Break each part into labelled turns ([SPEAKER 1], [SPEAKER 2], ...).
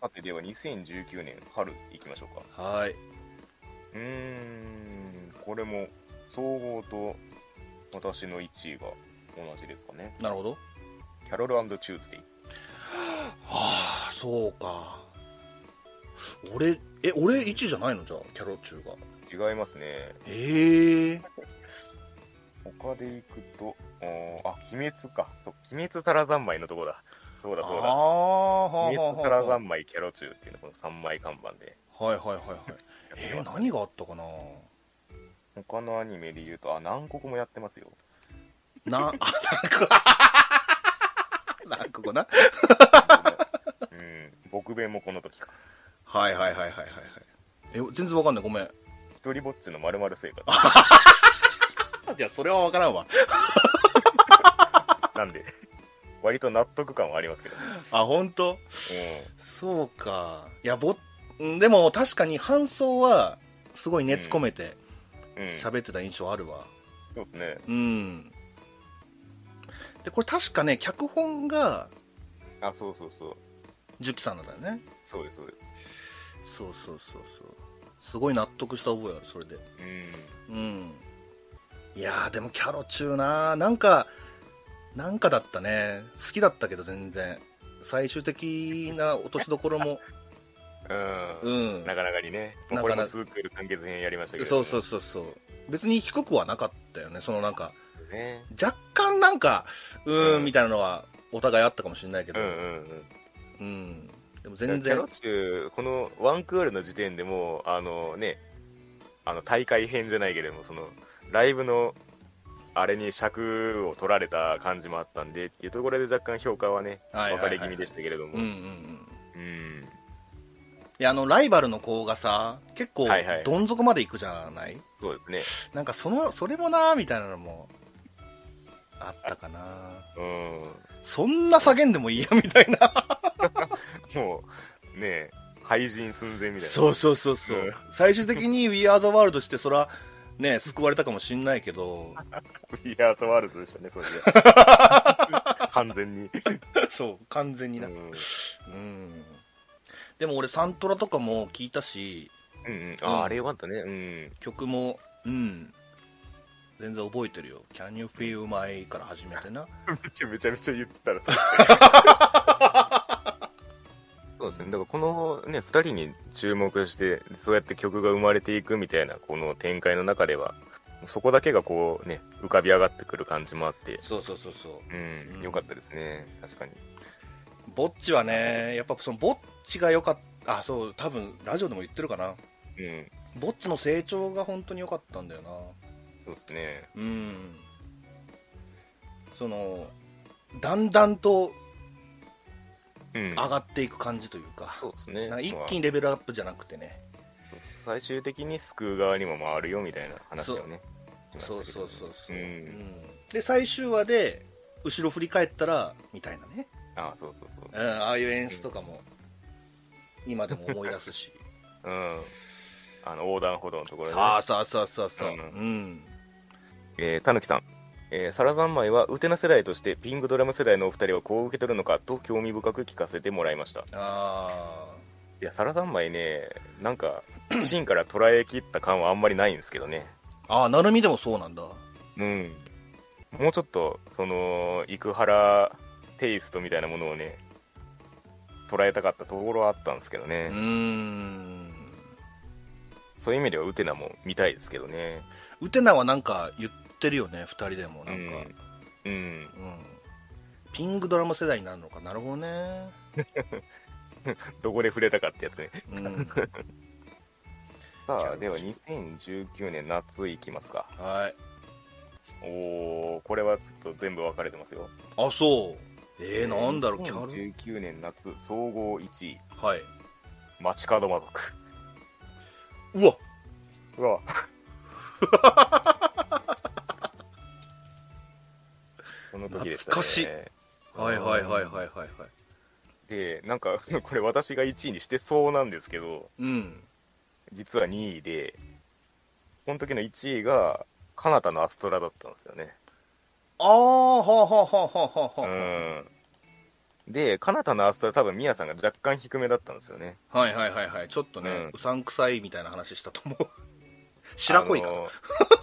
[SPEAKER 1] さてでは2019年春いきましょうか
[SPEAKER 2] はい。
[SPEAKER 1] うーんこれも総合と私の1位が同じですかね
[SPEAKER 2] なるほど。
[SPEAKER 1] キャロルチューズデイ
[SPEAKER 2] はあ、そうか。俺、え、俺1じゃないのじゃあ、キャロチューが。
[SPEAKER 1] 違いますね
[SPEAKER 2] へえ。
[SPEAKER 1] 他でいくとあーあ鬼滅かそう鬼滅たら三昧のとこだそう
[SPEAKER 2] あ
[SPEAKER 1] だ
[SPEAKER 2] あ、
[SPEAKER 1] そう
[SPEAKER 2] は
[SPEAKER 1] だ
[SPEAKER 2] あ、はあ、
[SPEAKER 1] 鬼滅たら
[SPEAKER 2] は
[SPEAKER 1] 三昧キャロチューっていうのこの3枚看板で
[SPEAKER 2] あ。はいはいはいはい。
[SPEAKER 1] やって
[SPEAKER 2] え
[SPEAKER 1] まし
[SPEAKER 2] ー、
[SPEAKER 1] た
[SPEAKER 2] 何があったかな
[SPEAKER 1] 他のアニメで言うとあ南国もやってますよ
[SPEAKER 2] な、あ、なんか、 なんかこうな。
[SPEAKER 1] うん僕弁もこの時か
[SPEAKER 2] はいはいはいはいはいはい。え、全然わかんない。ごめん。
[SPEAKER 1] 一人ぼっちのまるまる生活
[SPEAKER 2] じゃあ、それはわからんわ。
[SPEAKER 1] なんで 割と納得感はありますけどね
[SPEAKER 2] あ、本当
[SPEAKER 1] うん
[SPEAKER 2] そうか。いや、ぼ、んでも確かに搬送は、すごい熱込めて
[SPEAKER 1] うん、そう
[SPEAKER 2] 喋ってた印象あるわ。
[SPEAKER 1] ですね。
[SPEAKER 2] うん。で、これ確かね、脚本が、
[SPEAKER 1] あ、そうそうそう。
[SPEAKER 2] ジュキさんなんだよね。
[SPEAKER 1] そうです、そうです。
[SPEAKER 2] そうそうそうそう。すごい納得した覚えある、それで。
[SPEAKER 1] うん。
[SPEAKER 2] うん。いやー、でもキャロチューなーなんか、なんかだったね。好きだったけど、全然。最終的な落としどこ ろも、
[SPEAKER 1] う
[SPEAKER 2] うん
[SPEAKER 1] ん。。なかなかにね。
[SPEAKER 2] な
[SPEAKER 1] もう
[SPEAKER 2] か
[SPEAKER 1] これ
[SPEAKER 2] なか
[SPEAKER 1] もツークール完結編やりましたけど、
[SPEAKER 2] そうそうそうそう。別に低くはなかったよね。そのなんか、
[SPEAKER 1] う。ね。
[SPEAKER 2] 若干なんか、うーん、
[SPEAKER 1] うん
[SPEAKER 2] みたいなのは、お互いあったかもしれないけ
[SPEAKER 1] う
[SPEAKER 2] ど、
[SPEAKER 1] んうんうん。
[SPEAKER 2] うんでも
[SPEAKER 1] 全然。
[SPEAKER 2] 全
[SPEAKER 1] キャ
[SPEAKER 2] 然
[SPEAKER 1] ロ、チュー、このワンクールの時点でもう、あのね、あの大会編じゃないけれども、その、ライブの、あれに尺を取られた感じもあったんでっていうところで若干評価はね、
[SPEAKER 2] は
[SPEAKER 1] 分
[SPEAKER 2] いはいは
[SPEAKER 1] か
[SPEAKER 2] い
[SPEAKER 1] れ気味でしたけれども、
[SPEAKER 2] うんうんうん。
[SPEAKER 1] うん
[SPEAKER 2] いや、あの、ライバルの子がさ、結構
[SPEAKER 1] はいは、い
[SPEAKER 2] どん底まで行くじゃない、
[SPEAKER 1] そうです
[SPEAKER 2] なんか、その、それもなーみたいなのも、あったかな
[SPEAKER 1] ね、うん、
[SPEAKER 2] そんな叫んでもいいや、みたいな。
[SPEAKER 1] もう、ねえ、廃人寸前みたいな。
[SPEAKER 2] そうそうそうそう。
[SPEAKER 1] うん
[SPEAKER 2] 最終的に We Are the World して、そら、ね、救われたかもしんない けど、
[SPEAKER 1] ビアートワールドでしたね、そ れは完全に。
[SPEAKER 2] そう、完全
[SPEAKER 1] う
[SPEAKER 2] に
[SPEAKER 1] ん
[SPEAKER 2] な。うん。でも俺、サントラとかも聞いたし、
[SPEAKER 1] うんうん、
[SPEAKER 2] うん
[SPEAKER 1] ああれよかったね。うん。
[SPEAKER 2] 曲も、うん。全然覚えてるよ。Can you feel my から始めてな。
[SPEAKER 1] めちゃめちゃめちゃ言ってたらさ。 そうですね。だからこのね、二人に注目して、そうやって曲が生まれていくみたいな、この展開の中では、そこだけがこうね、浮かび上がってくる感じもあって、
[SPEAKER 2] そうそうそうそう。
[SPEAKER 1] う
[SPEAKER 2] うん
[SPEAKER 1] ん、よかったですね。確かに。
[SPEAKER 2] ぼっちはね、やっぱそのぼっちが良かった、あ、そう、多分ラジオでも言ってるかな。
[SPEAKER 1] うん。
[SPEAKER 2] ぼっちの成長が本当に良かったんだよな。
[SPEAKER 1] そうですね。
[SPEAKER 2] うん。その、だんだんと
[SPEAKER 1] うん。
[SPEAKER 2] 上がっていく感じというか、
[SPEAKER 1] そうですね
[SPEAKER 2] なんか。一
[SPEAKER 1] まあ
[SPEAKER 2] 気にレベルアップじゃなくてね。
[SPEAKER 1] 最終的に救う側にも回るよみたいな話をねしましたけ
[SPEAKER 2] そう
[SPEAKER 1] ど
[SPEAKER 2] そうそうそう、
[SPEAKER 1] うん
[SPEAKER 2] うんで、最終話で、後ろ振り返ったら、みたいなね。
[SPEAKER 1] ああそうそうそう
[SPEAKER 2] うん、ああいう演出とかも、今でも思い出すし。
[SPEAKER 1] うんあの横断歩道のところで、
[SPEAKER 2] さあさあさあさあさあ。う
[SPEAKER 1] うん
[SPEAKER 2] ん。
[SPEAKER 1] えーたぬきさん、えー、サラ三昧はウテナ世代としてピンクドラム世代のお二人はこう受け取るのかと興味深く聞かせてもらいました
[SPEAKER 2] ああ。
[SPEAKER 1] いやサラ三昧ねなん か芯から捉えきった感はあんまりないんですけどね
[SPEAKER 2] ああ、なるみでもそうなんだ。
[SPEAKER 1] うんもうちょっとその生原テイストみたいなものをね捉えたかったところはあったんですけどね、
[SPEAKER 2] うーん。
[SPEAKER 1] そういう意味ではウテナも見たいですけどね。
[SPEAKER 2] ウテナはなんか言ってるよね、二人でも。なんか、
[SPEAKER 1] うん。うん。
[SPEAKER 2] うん。ピングドラマ世代になるのか。なるほどね。
[SPEAKER 1] どこで触れたかってやつね。
[SPEAKER 2] うん。
[SPEAKER 1] さあ、では2019年夏いきますか。
[SPEAKER 2] はい。
[SPEAKER 1] おー、これはちょっと全部分かれてますよ。
[SPEAKER 2] あ、そう。えー、なんだろう、キャル。
[SPEAKER 1] 2019年夏、総合1位、
[SPEAKER 2] はい。
[SPEAKER 1] 街角魔族。
[SPEAKER 2] うわ
[SPEAKER 1] う わ、この時でしたね。
[SPEAKER 2] 懐かしいはいはいはいはいはいはい。
[SPEAKER 1] で、なんか、 これ私が1位にしてそうなんですけど、
[SPEAKER 2] うん。
[SPEAKER 1] 実は2位で、この時の1位が、カナタのアストラだったんですよね。
[SPEAKER 2] ああ、はあはあはあは
[SPEAKER 1] う
[SPEAKER 2] あはあ。
[SPEAKER 1] ん。で、かなたのアストラ多分ミヤさんが若干低めだったんですよね。
[SPEAKER 2] はいはいはいはいちょっとね、
[SPEAKER 1] うん
[SPEAKER 2] うさんくさいみたいな話したと思う白子いかな
[SPEAKER 1] あの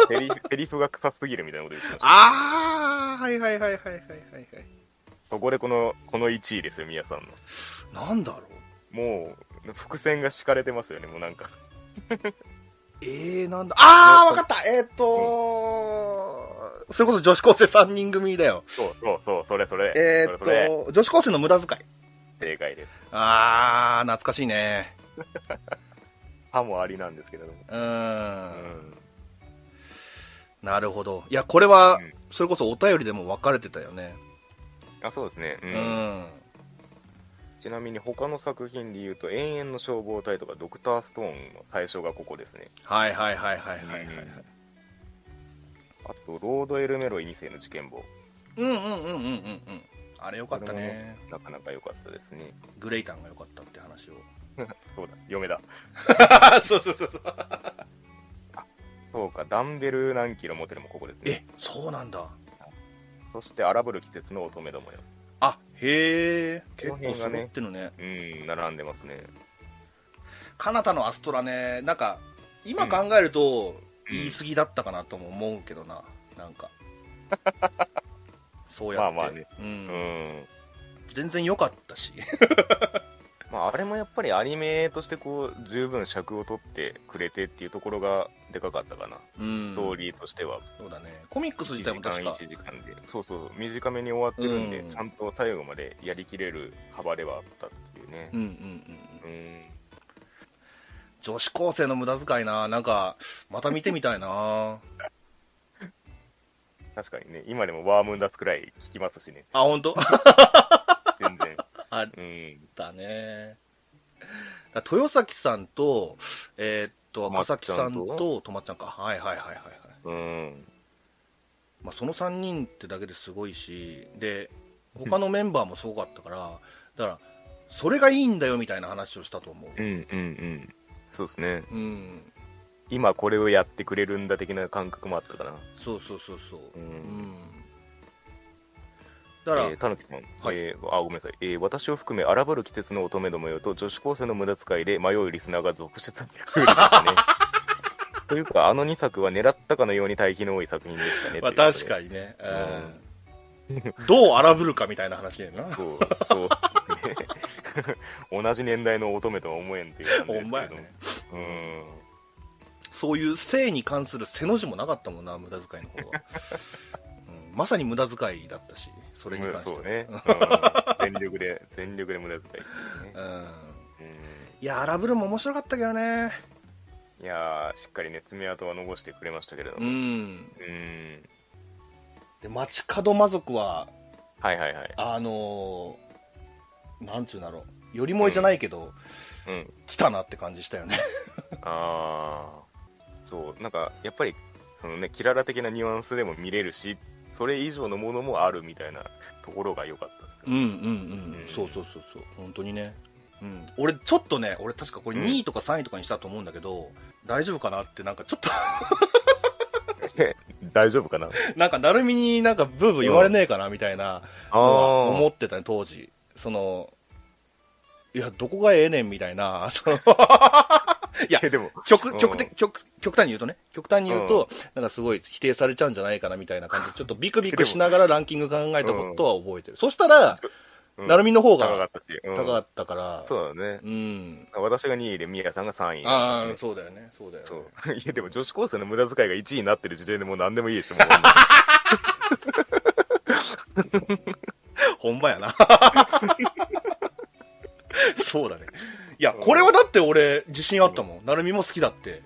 [SPEAKER 1] セリフ セリフが臭すぎるみたいなこと言ってました。
[SPEAKER 2] あーはいはいはいはいはいはいはい
[SPEAKER 1] そこでこの、この1位ですよ、ミヤさんの。
[SPEAKER 2] なんだろう
[SPEAKER 1] もう、伏線が敷かれてますよね、もうなんか。
[SPEAKER 2] えー、なんだあーわかったえーっ、とそれこそ女子高生3人組だよ
[SPEAKER 1] そうそうそう、それそれ。
[SPEAKER 2] えー
[SPEAKER 1] それ
[SPEAKER 2] っ、
[SPEAKER 1] それ。
[SPEAKER 2] と女子高生の無駄遣い
[SPEAKER 1] 正解です。
[SPEAKER 2] あー懐かしいね
[SPEAKER 1] 歯もありなんですけれども。う
[SPEAKER 2] う
[SPEAKER 1] んん。
[SPEAKER 2] なるほどいやこれは
[SPEAKER 1] うん
[SPEAKER 2] それこそお便りでも分かれてたよね
[SPEAKER 1] あ、そうですね。う。
[SPEAKER 2] うんん、
[SPEAKER 1] ちなみに他の作品で言うと、永遠の消防隊とか、ドクターストーンの最初がここですね。
[SPEAKER 2] はいはいはいはいはいはいはい
[SPEAKER 1] あと、ロード・エルメロ2世の事件簿。
[SPEAKER 2] うんうんうんうんうんうんあれよかったね
[SPEAKER 1] なかなか良かったですね。
[SPEAKER 2] グレイタンが良かったって話を
[SPEAKER 1] そうだ、嫁だ。
[SPEAKER 2] そうそうそうそう
[SPEAKER 1] そうか、ダンベル何キロ持てるもここですね。
[SPEAKER 2] えそうなんだ
[SPEAKER 1] そして、荒ぶる季節の乙女どもよ。
[SPEAKER 2] あへえ結
[SPEAKER 1] この
[SPEAKER 2] 構
[SPEAKER 1] 辺がね
[SPEAKER 2] 揃ってるね
[SPEAKER 1] うん、並んでますね。
[SPEAKER 2] かなたのアストラねなんか今考えると
[SPEAKER 1] うん
[SPEAKER 2] 言い過ぎだったかなとも思うけどななん かそうやって
[SPEAKER 1] まあまあね
[SPEAKER 2] う
[SPEAKER 1] うんん。
[SPEAKER 2] 全然良かったし
[SPEAKER 1] まあ、あれもやっぱりアニメとしてこう、十分尺を取ってくれてっていうところがでかかったかな。
[SPEAKER 2] うん
[SPEAKER 1] ストーリーとしては。
[SPEAKER 2] そうだねコミック
[SPEAKER 1] 1
[SPEAKER 2] ス
[SPEAKER 1] 時
[SPEAKER 2] 自体
[SPEAKER 1] 間
[SPEAKER 2] も確か
[SPEAKER 1] 1時間で。そうそうそう、短めに終わってるんで、
[SPEAKER 2] うん
[SPEAKER 1] ちゃんと最後までやりきれる幅ではあったっていうね
[SPEAKER 2] う。んうんうん
[SPEAKER 1] うん。
[SPEAKER 2] 女子高生の無駄遣いななんかまた見てみたいな
[SPEAKER 1] 確かにね、今でもワームンダスくらい聞きますしね、
[SPEAKER 2] あ本当
[SPEAKER 1] 全然。
[SPEAKER 2] あ
[SPEAKER 1] うん。
[SPEAKER 2] だね豊崎さんとえーっと赤崎さん
[SPEAKER 1] まっちゃん
[SPEAKER 2] ととまっちゃんかはいはいはいはいはい
[SPEAKER 1] うん。
[SPEAKER 2] まあ、その3人ってだけですごいしで他のメンバーもすごかったからだからそれがいいんだよみたいな話をしたと思う
[SPEAKER 1] うんうんうん。そうですね。
[SPEAKER 2] うん
[SPEAKER 1] 今これをやってくれるんだ的な感覚もあったかな。
[SPEAKER 2] そうそうそうそう
[SPEAKER 1] う。
[SPEAKER 2] うんんだから、
[SPEAKER 1] えーたぬきさん、
[SPEAKER 2] はい
[SPEAKER 1] えーあごめんなさい、えー私を含め荒ぶる季節の乙女どもよと女子高生の無駄遣いで迷うリスナーが続出に増え ましたね。というか、あの2作は狙ったかのように対比の多い作品でしたね。
[SPEAKER 2] まあ、
[SPEAKER 1] ということ
[SPEAKER 2] 確
[SPEAKER 1] で
[SPEAKER 2] かにね、うん、 どう荒ぶるかみたいな話やな
[SPEAKER 1] そう、そう。ね 同じ年代の乙女とは思えんっていう感じ
[SPEAKER 2] ほ
[SPEAKER 1] で
[SPEAKER 2] ん
[SPEAKER 1] す
[SPEAKER 2] ま
[SPEAKER 1] け
[SPEAKER 2] や
[SPEAKER 1] ど。
[SPEAKER 2] ね
[SPEAKER 1] うん。
[SPEAKER 2] そういう性に関する背の字もなかったもんな無駄遣いの方 は、うん、まさに無駄遣いだったしそれに関しては
[SPEAKER 1] そうね、 うん全力で全力で無駄遣いっていう
[SPEAKER 2] う
[SPEAKER 1] ね、
[SPEAKER 2] ん
[SPEAKER 1] う
[SPEAKER 2] いや荒ぶるも面白かったけどね
[SPEAKER 1] ん、いやーしっかりね爪痕は残してくれましたけれど
[SPEAKER 2] う
[SPEAKER 1] も
[SPEAKER 2] ん
[SPEAKER 1] うん
[SPEAKER 2] で街角魔族は
[SPEAKER 1] はいはいはい
[SPEAKER 2] あのーなんつうんだろうよりもいじゃないけど、
[SPEAKER 1] うん
[SPEAKER 2] 来たなって感じしたよね
[SPEAKER 1] ああそうなんかやっぱりそのねキララ的なニュアンスでも見れるしそれ以上のものもあるみたいなところが良かったですけ
[SPEAKER 2] うんうんうん、
[SPEAKER 1] うん
[SPEAKER 2] そうそうそうそう本当にね、うん、俺ちょっとね俺確かこれ
[SPEAKER 1] うん
[SPEAKER 2] 2位とか3位とかにしたと思うんだけど、大丈夫かなってなんかちょっと
[SPEAKER 1] ど大丈夫かな
[SPEAKER 2] なんかなるみになんかブーブー言われねえかなみたいなのは思
[SPEAKER 1] 思
[SPEAKER 2] ってたね当時そのいやどこがええねんみたいな その
[SPEAKER 1] ってでもう
[SPEAKER 2] 極
[SPEAKER 1] ん
[SPEAKER 2] 極的極極端に言うとね極端に言うと、なんかすごい否定されちゃうんじゃないかなみたいな感じでちょっとビクビクしながらランキング考えたことは覚えてる、そしたら、
[SPEAKER 1] うん
[SPEAKER 2] なるみの方
[SPEAKER 1] 高か
[SPEAKER 2] が
[SPEAKER 1] ったし、うん
[SPEAKER 2] 高かったから
[SPEAKER 1] そうだね
[SPEAKER 2] うん
[SPEAKER 1] 私が2位でミヤさんが3位
[SPEAKER 2] ああそうだよねそうだよね
[SPEAKER 1] そう いやでも女子高生の無駄遣いが1位になってる時点でもう何でもいいでしょもう
[SPEAKER 2] ほんまやな そうだねいやこれはだって俺自信あったもんなるみも好きだって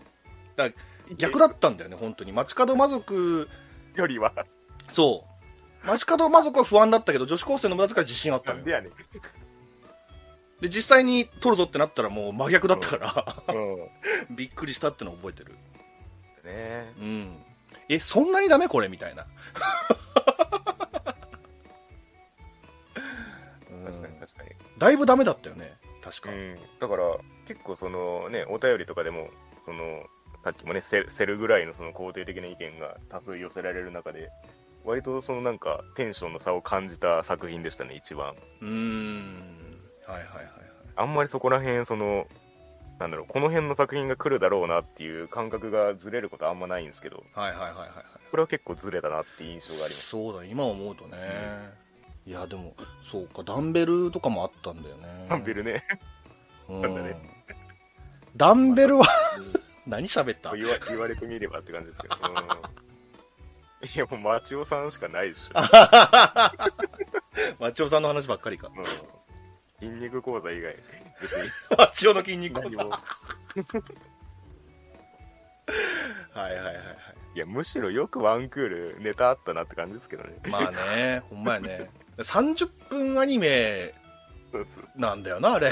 [SPEAKER 2] だから逆だったんだよね本当に街角魔族
[SPEAKER 1] よりは
[SPEAKER 2] そう街角魔族は不安だったけど女子高生の無駄遣いは自信あった
[SPEAKER 1] なん
[SPEAKER 2] のよ
[SPEAKER 1] でやねん、
[SPEAKER 2] で実際に取るぞってなったらもう真逆だったから、
[SPEAKER 1] うん、ね
[SPEAKER 2] びっくりしたってのを覚えてる
[SPEAKER 1] え
[SPEAKER 2] うんえそんなにダメこれみたいなう ん
[SPEAKER 1] 確かに確かに、
[SPEAKER 2] だいぶダメだったよね確か、
[SPEAKER 1] うん、だから結構そのねお便りとかでもそのさっきもねセセルぐらいのその肯定的な意見が多数寄せられる中で割とそのなんかテンションの差を感じた作品でしたね一番
[SPEAKER 2] うーんはいはいはいはい
[SPEAKER 1] あんまりそこら辺そのなんだろうこの辺の作品が来るだろうなっていう感覚がずれることあんまないんですけど
[SPEAKER 2] はいはいはいはいはい
[SPEAKER 1] これは結構ずれたなっていう印象があります
[SPEAKER 2] そうだ今思うとね、いやでもそうかダンベルとかもあったんだよね
[SPEAKER 1] ダンベルね
[SPEAKER 2] うん
[SPEAKER 1] なんだね
[SPEAKER 2] ダンベルは 何喋った
[SPEAKER 1] 言わ言われてみればって感じ ですけど、うんいやもう町尾さんしかないでしょ
[SPEAKER 2] 町尾さんの話ばっかりか
[SPEAKER 1] うん筋肉講座以外別に
[SPEAKER 2] 町尾の筋肉
[SPEAKER 1] 何も
[SPEAKER 2] はいはいはいはい
[SPEAKER 1] いやむしろよくワンクールネタあったなって感じですけどね
[SPEAKER 2] まあねほんまやね30分アニメ
[SPEAKER 1] そう そう
[SPEAKER 2] なんだよなあれ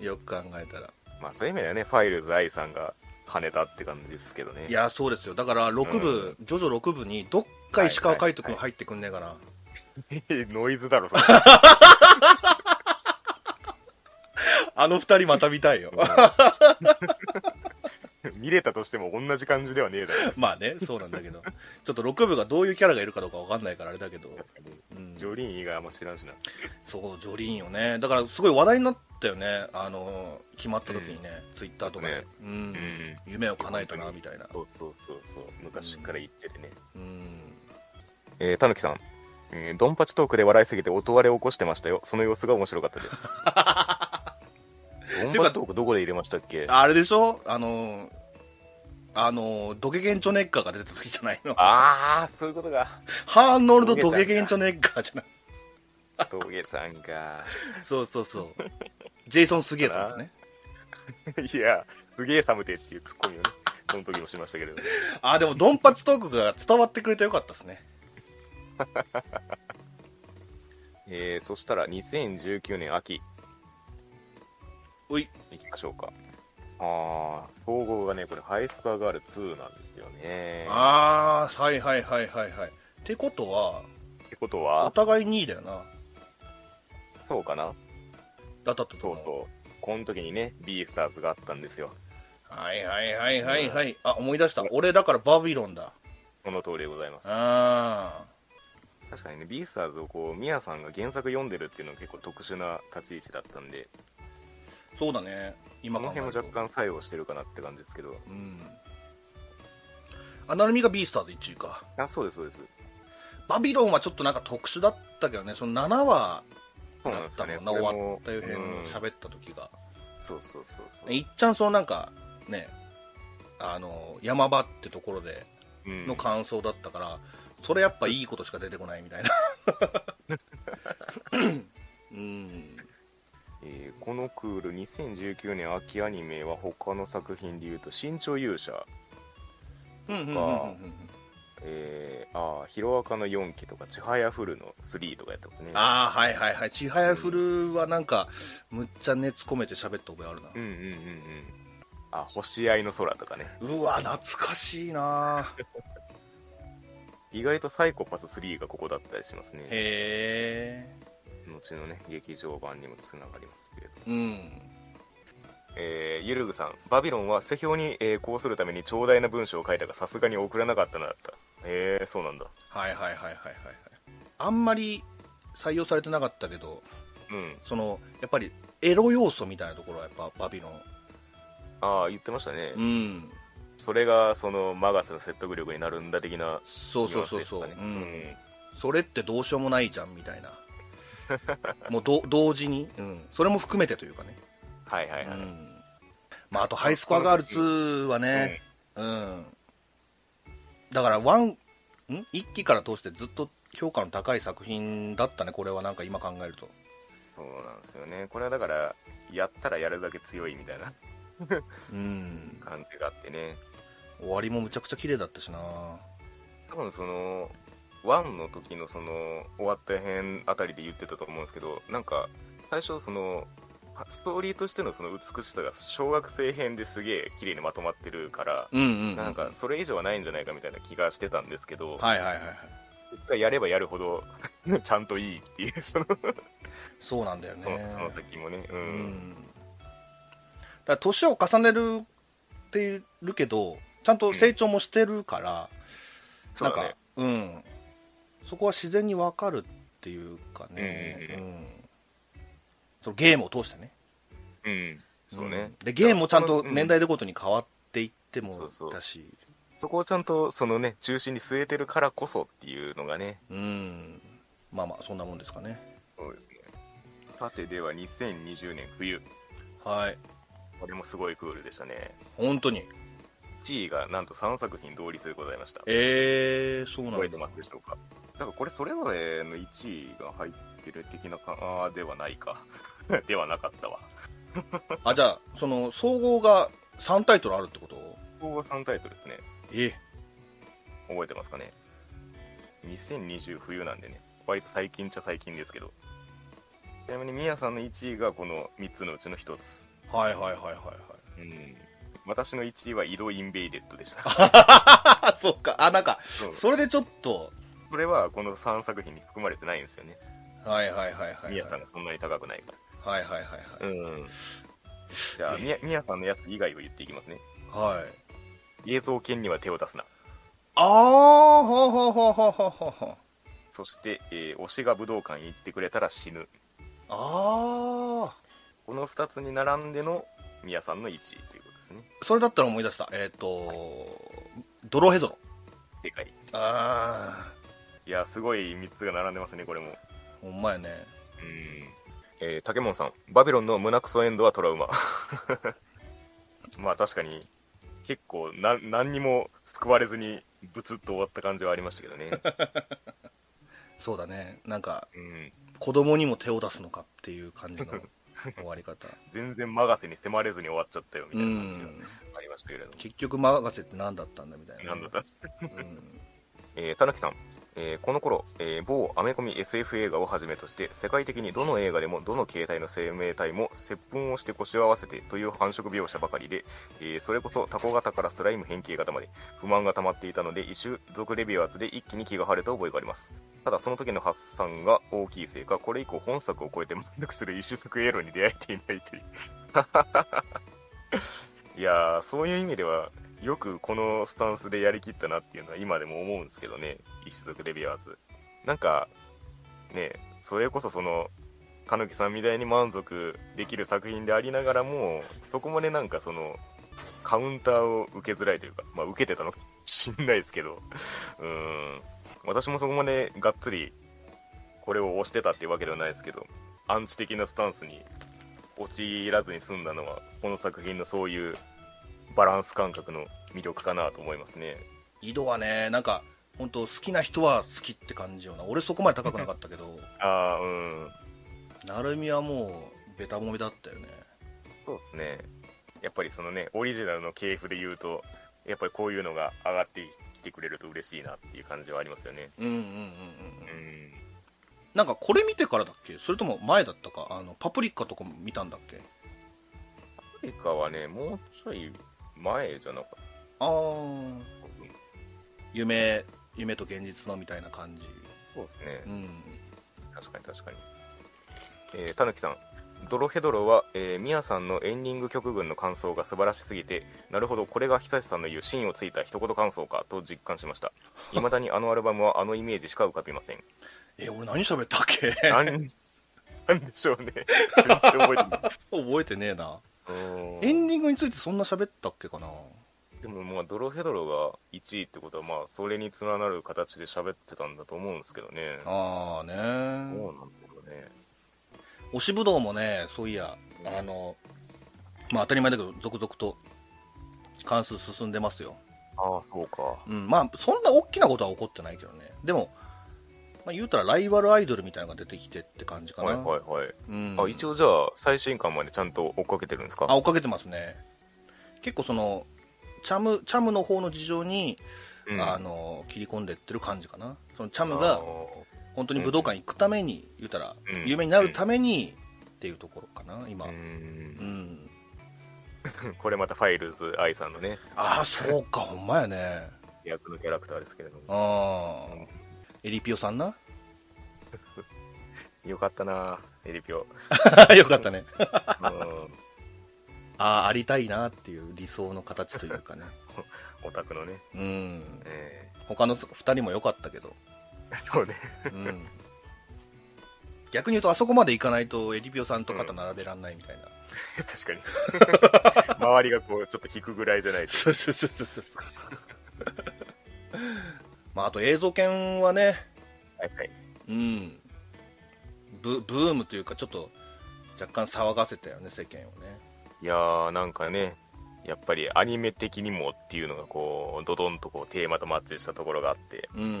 [SPEAKER 1] うん
[SPEAKER 2] よく考えたら
[SPEAKER 1] まあそういう意味ではねファイルズ愛さんが跳ねたって感じですけどね
[SPEAKER 2] いやそうですよだから6部、ジョジョ6部にどっか石川海人君入ってくんねえかな、
[SPEAKER 1] ノイズだろそれ
[SPEAKER 2] あの二人また見たいよ
[SPEAKER 1] 見れたとしても同じ感じではねえだろ
[SPEAKER 2] まあねそうなんだけどちょっと6部がどういうキャラがいるかどうかわかんないからあれだけど、
[SPEAKER 1] 確かに
[SPEAKER 2] うん、
[SPEAKER 1] ジョリーン以外あんま知らんしな
[SPEAKER 2] そうジョリーンよねだからすごい話題になったよねあの決まった時にね、ツイッターとかで、
[SPEAKER 1] ね
[SPEAKER 2] うん
[SPEAKER 1] ん
[SPEAKER 2] 夢を叶えたなみたいな
[SPEAKER 1] そうそうそうそう昔から言っててね、
[SPEAKER 2] うん
[SPEAKER 1] えー、たぬきさん、えードンパチトークで笑いすぎて音割れを起こしてましたよその様子が面白かったです ドンパチトークどこで入れましたっけ
[SPEAKER 2] あれでしょあのあのドゲゲンチョネッカーが出てた時じゃないの
[SPEAKER 1] ああそういうことか
[SPEAKER 2] ハーノルド・ドゲゲンチョネッカーじゃない
[SPEAKER 1] 峠ちゃんか
[SPEAKER 2] そうそうそうジェイソン・スゲエさんだね
[SPEAKER 1] いやすげえ寒てっていうツッコミをねその時もしましたけれど
[SPEAKER 2] あでもドンパチトークが伝わってくれてよかったですね
[SPEAKER 1] えー、そしたら2019年秋
[SPEAKER 2] おい
[SPEAKER 1] いきましょうかああ総合がねこれハイスカーガール2なんですよね
[SPEAKER 2] ああはいはいはいはいはいってことは
[SPEAKER 1] ってこと
[SPEAKER 2] お
[SPEAKER 1] は
[SPEAKER 2] 互い2位だよな
[SPEAKER 1] そうかな
[SPEAKER 2] だったと
[SPEAKER 1] そ
[SPEAKER 2] 思
[SPEAKER 1] うそうこの時にねビースターズがあったんですよ
[SPEAKER 2] はいはいはいはいはいあ思い出した俺だからバビロンだ
[SPEAKER 1] その通りでございます
[SPEAKER 2] あ
[SPEAKER 1] 確かにねビースターズをこうミヤさんが原作読んでるっていうのは結構特殊な立ち位置だったんで
[SPEAKER 2] ーそうだね
[SPEAKER 1] こ
[SPEAKER 2] 今
[SPEAKER 1] の
[SPEAKER 2] 考え
[SPEAKER 1] 辺も
[SPEAKER 2] ると
[SPEAKER 1] 若干作用してるかなって感じですけど
[SPEAKER 2] うんアナルミがビースターズ1位か
[SPEAKER 1] あそうですそうです
[SPEAKER 2] バビロンはちょっとなんか特殊だったけどねその7話
[SPEAKER 1] そ
[SPEAKER 2] だ
[SPEAKER 1] うなんで
[SPEAKER 2] っ
[SPEAKER 1] す
[SPEAKER 2] た
[SPEAKER 1] よ
[SPEAKER 2] も
[SPEAKER 1] ね
[SPEAKER 2] んな、終わったよ
[SPEAKER 1] これ
[SPEAKER 2] 辺
[SPEAKER 1] もうん
[SPEAKER 2] 喋った時が、
[SPEAKER 1] そうそうそうそう、
[SPEAKER 2] いっちゃんそのなんかねあの山場ってところで
[SPEAKER 1] うん
[SPEAKER 2] の感想だったから、それやっぱいいことしか出てこないみた いなうん
[SPEAKER 1] えーこのクール2019年秋アニメは他の作品でいうと「新潮勇者
[SPEAKER 2] うんうんうんうんうん」
[SPEAKER 1] えー、あーヒロアカの4期」とか「ちはやふる」の3とかやってますね
[SPEAKER 2] ああはいはいはい「ちはやふる」はなんかむっちゃ熱込めて喋った覚えあるな
[SPEAKER 1] うんうんうんうんあ星合いの空とかね
[SPEAKER 2] うわ懐かしいな
[SPEAKER 1] 意外とサイコパス3がここだったりしますね
[SPEAKER 2] へえ
[SPEAKER 1] 後のね劇場版にもつながりますけれど
[SPEAKER 2] うん
[SPEAKER 1] えー、ゆるぐさん「バビロンは世評に、えーこうするために長大な文章を書いたがさすがに送らなかったな」だったえー、そうなんだ
[SPEAKER 2] はいはいはいはいはいはいあんまり採用されてなかったけど
[SPEAKER 1] うん
[SPEAKER 2] そのやっぱりエロ要素みたいなところはやっぱバビロン
[SPEAKER 1] ああ言ってましたね、
[SPEAKER 2] うん
[SPEAKER 1] それがそのマガスの説得力になるんだ的な
[SPEAKER 2] そうそうそうそう、
[SPEAKER 1] ニュアンスでした
[SPEAKER 2] う
[SPEAKER 1] ね
[SPEAKER 2] ん、それってどうしようもないじゃんみたいな もうど同時に、うん、それも含めてというかね、
[SPEAKER 1] はいはいはい、
[SPEAKER 2] うんまあ、あとハイスコアガール2はね、うんだからワンん1期から通してずっと評価の高い作品だったねこれはなんか今考えると
[SPEAKER 1] そうなんですよねこれはだからやったらやるだけ強いみたいな
[SPEAKER 2] うん
[SPEAKER 1] 感じがあってね
[SPEAKER 2] 終わりもむちゃくちゃ綺麗だったしな
[SPEAKER 1] 多分その1の時のその終わった辺あたりで言ってたと思うんですけどなんか最初そのストーリーとしてのその美しさが小学生編ですげえ綺麗にまとまってるから、
[SPEAKER 2] うんうんうん
[SPEAKER 1] なんかそれ以上はないんじゃないかみたいな気がしてたんですけど、
[SPEAKER 2] はいはいはいはい
[SPEAKER 1] 一回やればやるほど ちゃんといいっていうその
[SPEAKER 2] そうなんだよね
[SPEAKER 1] その先もね、う
[SPEAKER 2] うんんだから年を重ねるってるけどちゃんと成長もしてるから、
[SPEAKER 1] そうだね
[SPEAKER 2] なんかうんそこは自然に分かるっていうかね、
[SPEAKER 1] うんうん
[SPEAKER 2] そのゲームを通してね
[SPEAKER 1] うんそうね、
[SPEAKER 2] んでゲームもちゃんと年
[SPEAKER 1] 代
[SPEAKER 2] 代ごとに変わっていっても
[SPEAKER 1] そうそう
[SPEAKER 2] だし
[SPEAKER 1] そこをちゃんとそのね中心に据えてるからこそっていうのがね
[SPEAKER 2] うんまあまあそんなもんですかね
[SPEAKER 1] そうですねさてでは2020年冬
[SPEAKER 2] はい
[SPEAKER 1] これもすごいクールでしたね
[SPEAKER 2] 本当に
[SPEAKER 1] 1位がなんと3作品同率でございました
[SPEAKER 2] えー、そうな
[SPEAKER 1] 覚え
[SPEAKER 2] ん
[SPEAKER 1] て
[SPEAKER 2] だ
[SPEAKER 1] ますでしょうかだからこれそれぞれの1位が入ってる的なかあーではないか ではなかったわ
[SPEAKER 2] あじゃあその総合が3タイトルあるってこと
[SPEAKER 1] ここが3タイトルですね
[SPEAKER 2] え
[SPEAKER 1] 覚えてますかね2020冬なんでね割と最近っちゃ最近ですけどちなみにみやさんの1位がこの3つのうちの1つ
[SPEAKER 2] はいはいはいはいはい
[SPEAKER 1] うん私の1位は色インベイデッドでした
[SPEAKER 2] あ そっかあなんか
[SPEAKER 1] そう
[SPEAKER 2] それでちょっと
[SPEAKER 1] それはこの3作品に含まれてないんですよね
[SPEAKER 2] はいはいはいはい
[SPEAKER 1] みや
[SPEAKER 2] は
[SPEAKER 1] さ
[SPEAKER 2] い
[SPEAKER 1] んがそんなに高くないか
[SPEAKER 2] はいはいはい
[SPEAKER 1] らうんじゃあみやみやさんのやつ以外を言っていきますね
[SPEAKER 2] はいはい
[SPEAKER 1] 映像権には手を出すな
[SPEAKER 2] ああほうほうほうほうほうほうほう
[SPEAKER 1] そして、えー推しが武道館に行ってくれたら死ぬ
[SPEAKER 2] あ
[SPEAKER 1] この2つに並んでの宮さんの1位ということですね
[SPEAKER 2] あそれだったら思い出したえっ、と、ドロヘドロ
[SPEAKER 1] でかい
[SPEAKER 2] あ
[SPEAKER 1] いやすごい3つが並んでますねこれもうん
[SPEAKER 2] あほんまやね
[SPEAKER 1] えー、竹門さんバビロンの胸クソエンドはトラウマ まあ確かに結構な何にも救われずにブツッと終わった感じはありましたけどね、
[SPEAKER 2] そうだねなんか
[SPEAKER 1] うん、
[SPEAKER 2] 子供にも手を出すのかっていう感じの終わり 方
[SPEAKER 1] 全然マガテに迫れずに終わっちゃったよみ
[SPEAKER 2] う
[SPEAKER 1] たいな感じが
[SPEAKER 2] ん
[SPEAKER 1] ありましたけれども、
[SPEAKER 2] 結局任せって何だったんだみたい
[SPEAKER 1] な
[SPEAKER 2] な
[SPEAKER 1] んだった
[SPEAKER 2] うん
[SPEAKER 1] えー、たぬきさん、えーこの頃、えー某アメコミ SF 映画をはじめとして世界的にどの映画でもどの形態の生命体も接吻をして腰を合わせてという繁殖描写ばかりで、えーそれこそタコ型からスライム変形型まで不満が溜まっていたので異種族レビュアーズで一気に気が晴れた覚えがありますただその時の発散が大きいせいかこれ以降本作を超えて満足する異種族エロに出会えていないという いやーそういう意味ではよくこのスタンスでやりきったなっていうのは今でも思うんですけどね一族レビュアーズなんかねそれこそそのたぬきさんみたいに満足できる作品でありながらもそこまでなんかそのカウンターを受けづらいというかまあ受けてたのか もしんないですけどうーん私もそこまでがっつりこれを推してたっていうわけではないですけどアンチ的なスタンスに陥らずに済んだのはこの作品のそういうバランス感覚の魅力かなと思いますね
[SPEAKER 2] 井戸はねなんか本当好きな人は好きって感じよな俺そこまで高くなかったけど
[SPEAKER 1] ああうん
[SPEAKER 2] 成海はもうべた褒めだったよね
[SPEAKER 1] そうですねやっぱりそのねオリジナルの系譜で言うとやっぱりこういうのが上がってきてくれると嬉しいなっていう感じはありますよね
[SPEAKER 2] うんうんうんうん
[SPEAKER 1] う
[SPEAKER 2] うん
[SPEAKER 1] ん
[SPEAKER 2] なんかこれ見てからだっけそれとも前だったかあのパプリカとかも見たんだっけ
[SPEAKER 1] アメリカはねもうちょい前じゃなかっ
[SPEAKER 2] あ
[SPEAKER 1] た
[SPEAKER 2] あ夢夢と現実のみたいな感じ
[SPEAKER 1] そうですね
[SPEAKER 2] うん
[SPEAKER 1] 確かに確かに、えーたぬきさんドロヘドロは、えー、ミヤさんのエンディング曲群の感想が素晴らしすぎてなるほどこれが久志さんの言う芯をついた一言感想かと実感しましたいまだにあ のアルバムはあのイメージしか浮かびません
[SPEAKER 2] え俺何喋ったっけ
[SPEAKER 1] なん なんでしょうね全然覚えてない
[SPEAKER 2] 覚えてねえな
[SPEAKER 1] うーん
[SPEAKER 2] エンディングについてそんな喋ったっけかな
[SPEAKER 1] でもまあドロヘドロが1位ってことはまあそれに連なる形で喋ってたんだと思うんですけどね
[SPEAKER 2] あ
[SPEAKER 1] そう
[SPEAKER 2] あね
[SPEAKER 1] なんだろうね
[SPEAKER 2] 推しぶどうもねそういやあのまあ当たり前だけど続々と関数進んでますよ
[SPEAKER 1] ああそうか
[SPEAKER 2] うんまあそんな大きなことは起こってないけどねでも、まあ、言うたらライバルアイドルみたいなのが出てきてって感じかな、
[SPEAKER 1] はいはいはい、
[SPEAKER 2] うん、
[SPEAKER 1] あ一応じゃあ最新刊までちゃんと追っかけてるんですか
[SPEAKER 2] あ追っかけてますね結構そのチャムチャムの方の事情に、
[SPEAKER 1] うん
[SPEAKER 2] あの切り込んでってる感じかなそのチャム
[SPEAKER 1] あ
[SPEAKER 2] が
[SPEAKER 1] ー
[SPEAKER 2] 本当に武道館行くために、言うたら、
[SPEAKER 1] うん
[SPEAKER 2] 有名になるためにっていうところかな今
[SPEAKER 1] う
[SPEAKER 2] うん、
[SPEAKER 1] ん これまたファイルズ愛さんのね
[SPEAKER 2] ああそうかほんまやね
[SPEAKER 1] 役のキャラクターですけれども
[SPEAKER 2] ああエリピオさんな
[SPEAKER 1] よかったなエリピョ
[SPEAKER 2] よかったね
[SPEAKER 1] うん
[SPEAKER 2] ああありたいなっていう理想の形というかね
[SPEAKER 1] オタクのね、
[SPEAKER 2] うん
[SPEAKER 1] え
[SPEAKER 2] 他の2人も良かったけど、
[SPEAKER 1] そうね。
[SPEAKER 2] うん、逆に言うとあそこまで行かないとエリピオさんと肩並べらんないみたい な、
[SPEAKER 1] 確かに。 周りがこう、ちょっと引くぐらいじゃないと。
[SPEAKER 2] そうそうそうそうそうまああと映像犬はね
[SPEAKER 1] はいはい。
[SPEAKER 2] うんブブームというかちょっと若干騒がせたよね世間をね
[SPEAKER 1] いやー、なんかね、やっぱりアニメ的にもっていうのがこう、ドドンとこうテーマとマッチしたところがあって、
[SPEAKER 2] うんうんうん
[SPEAKER 1] う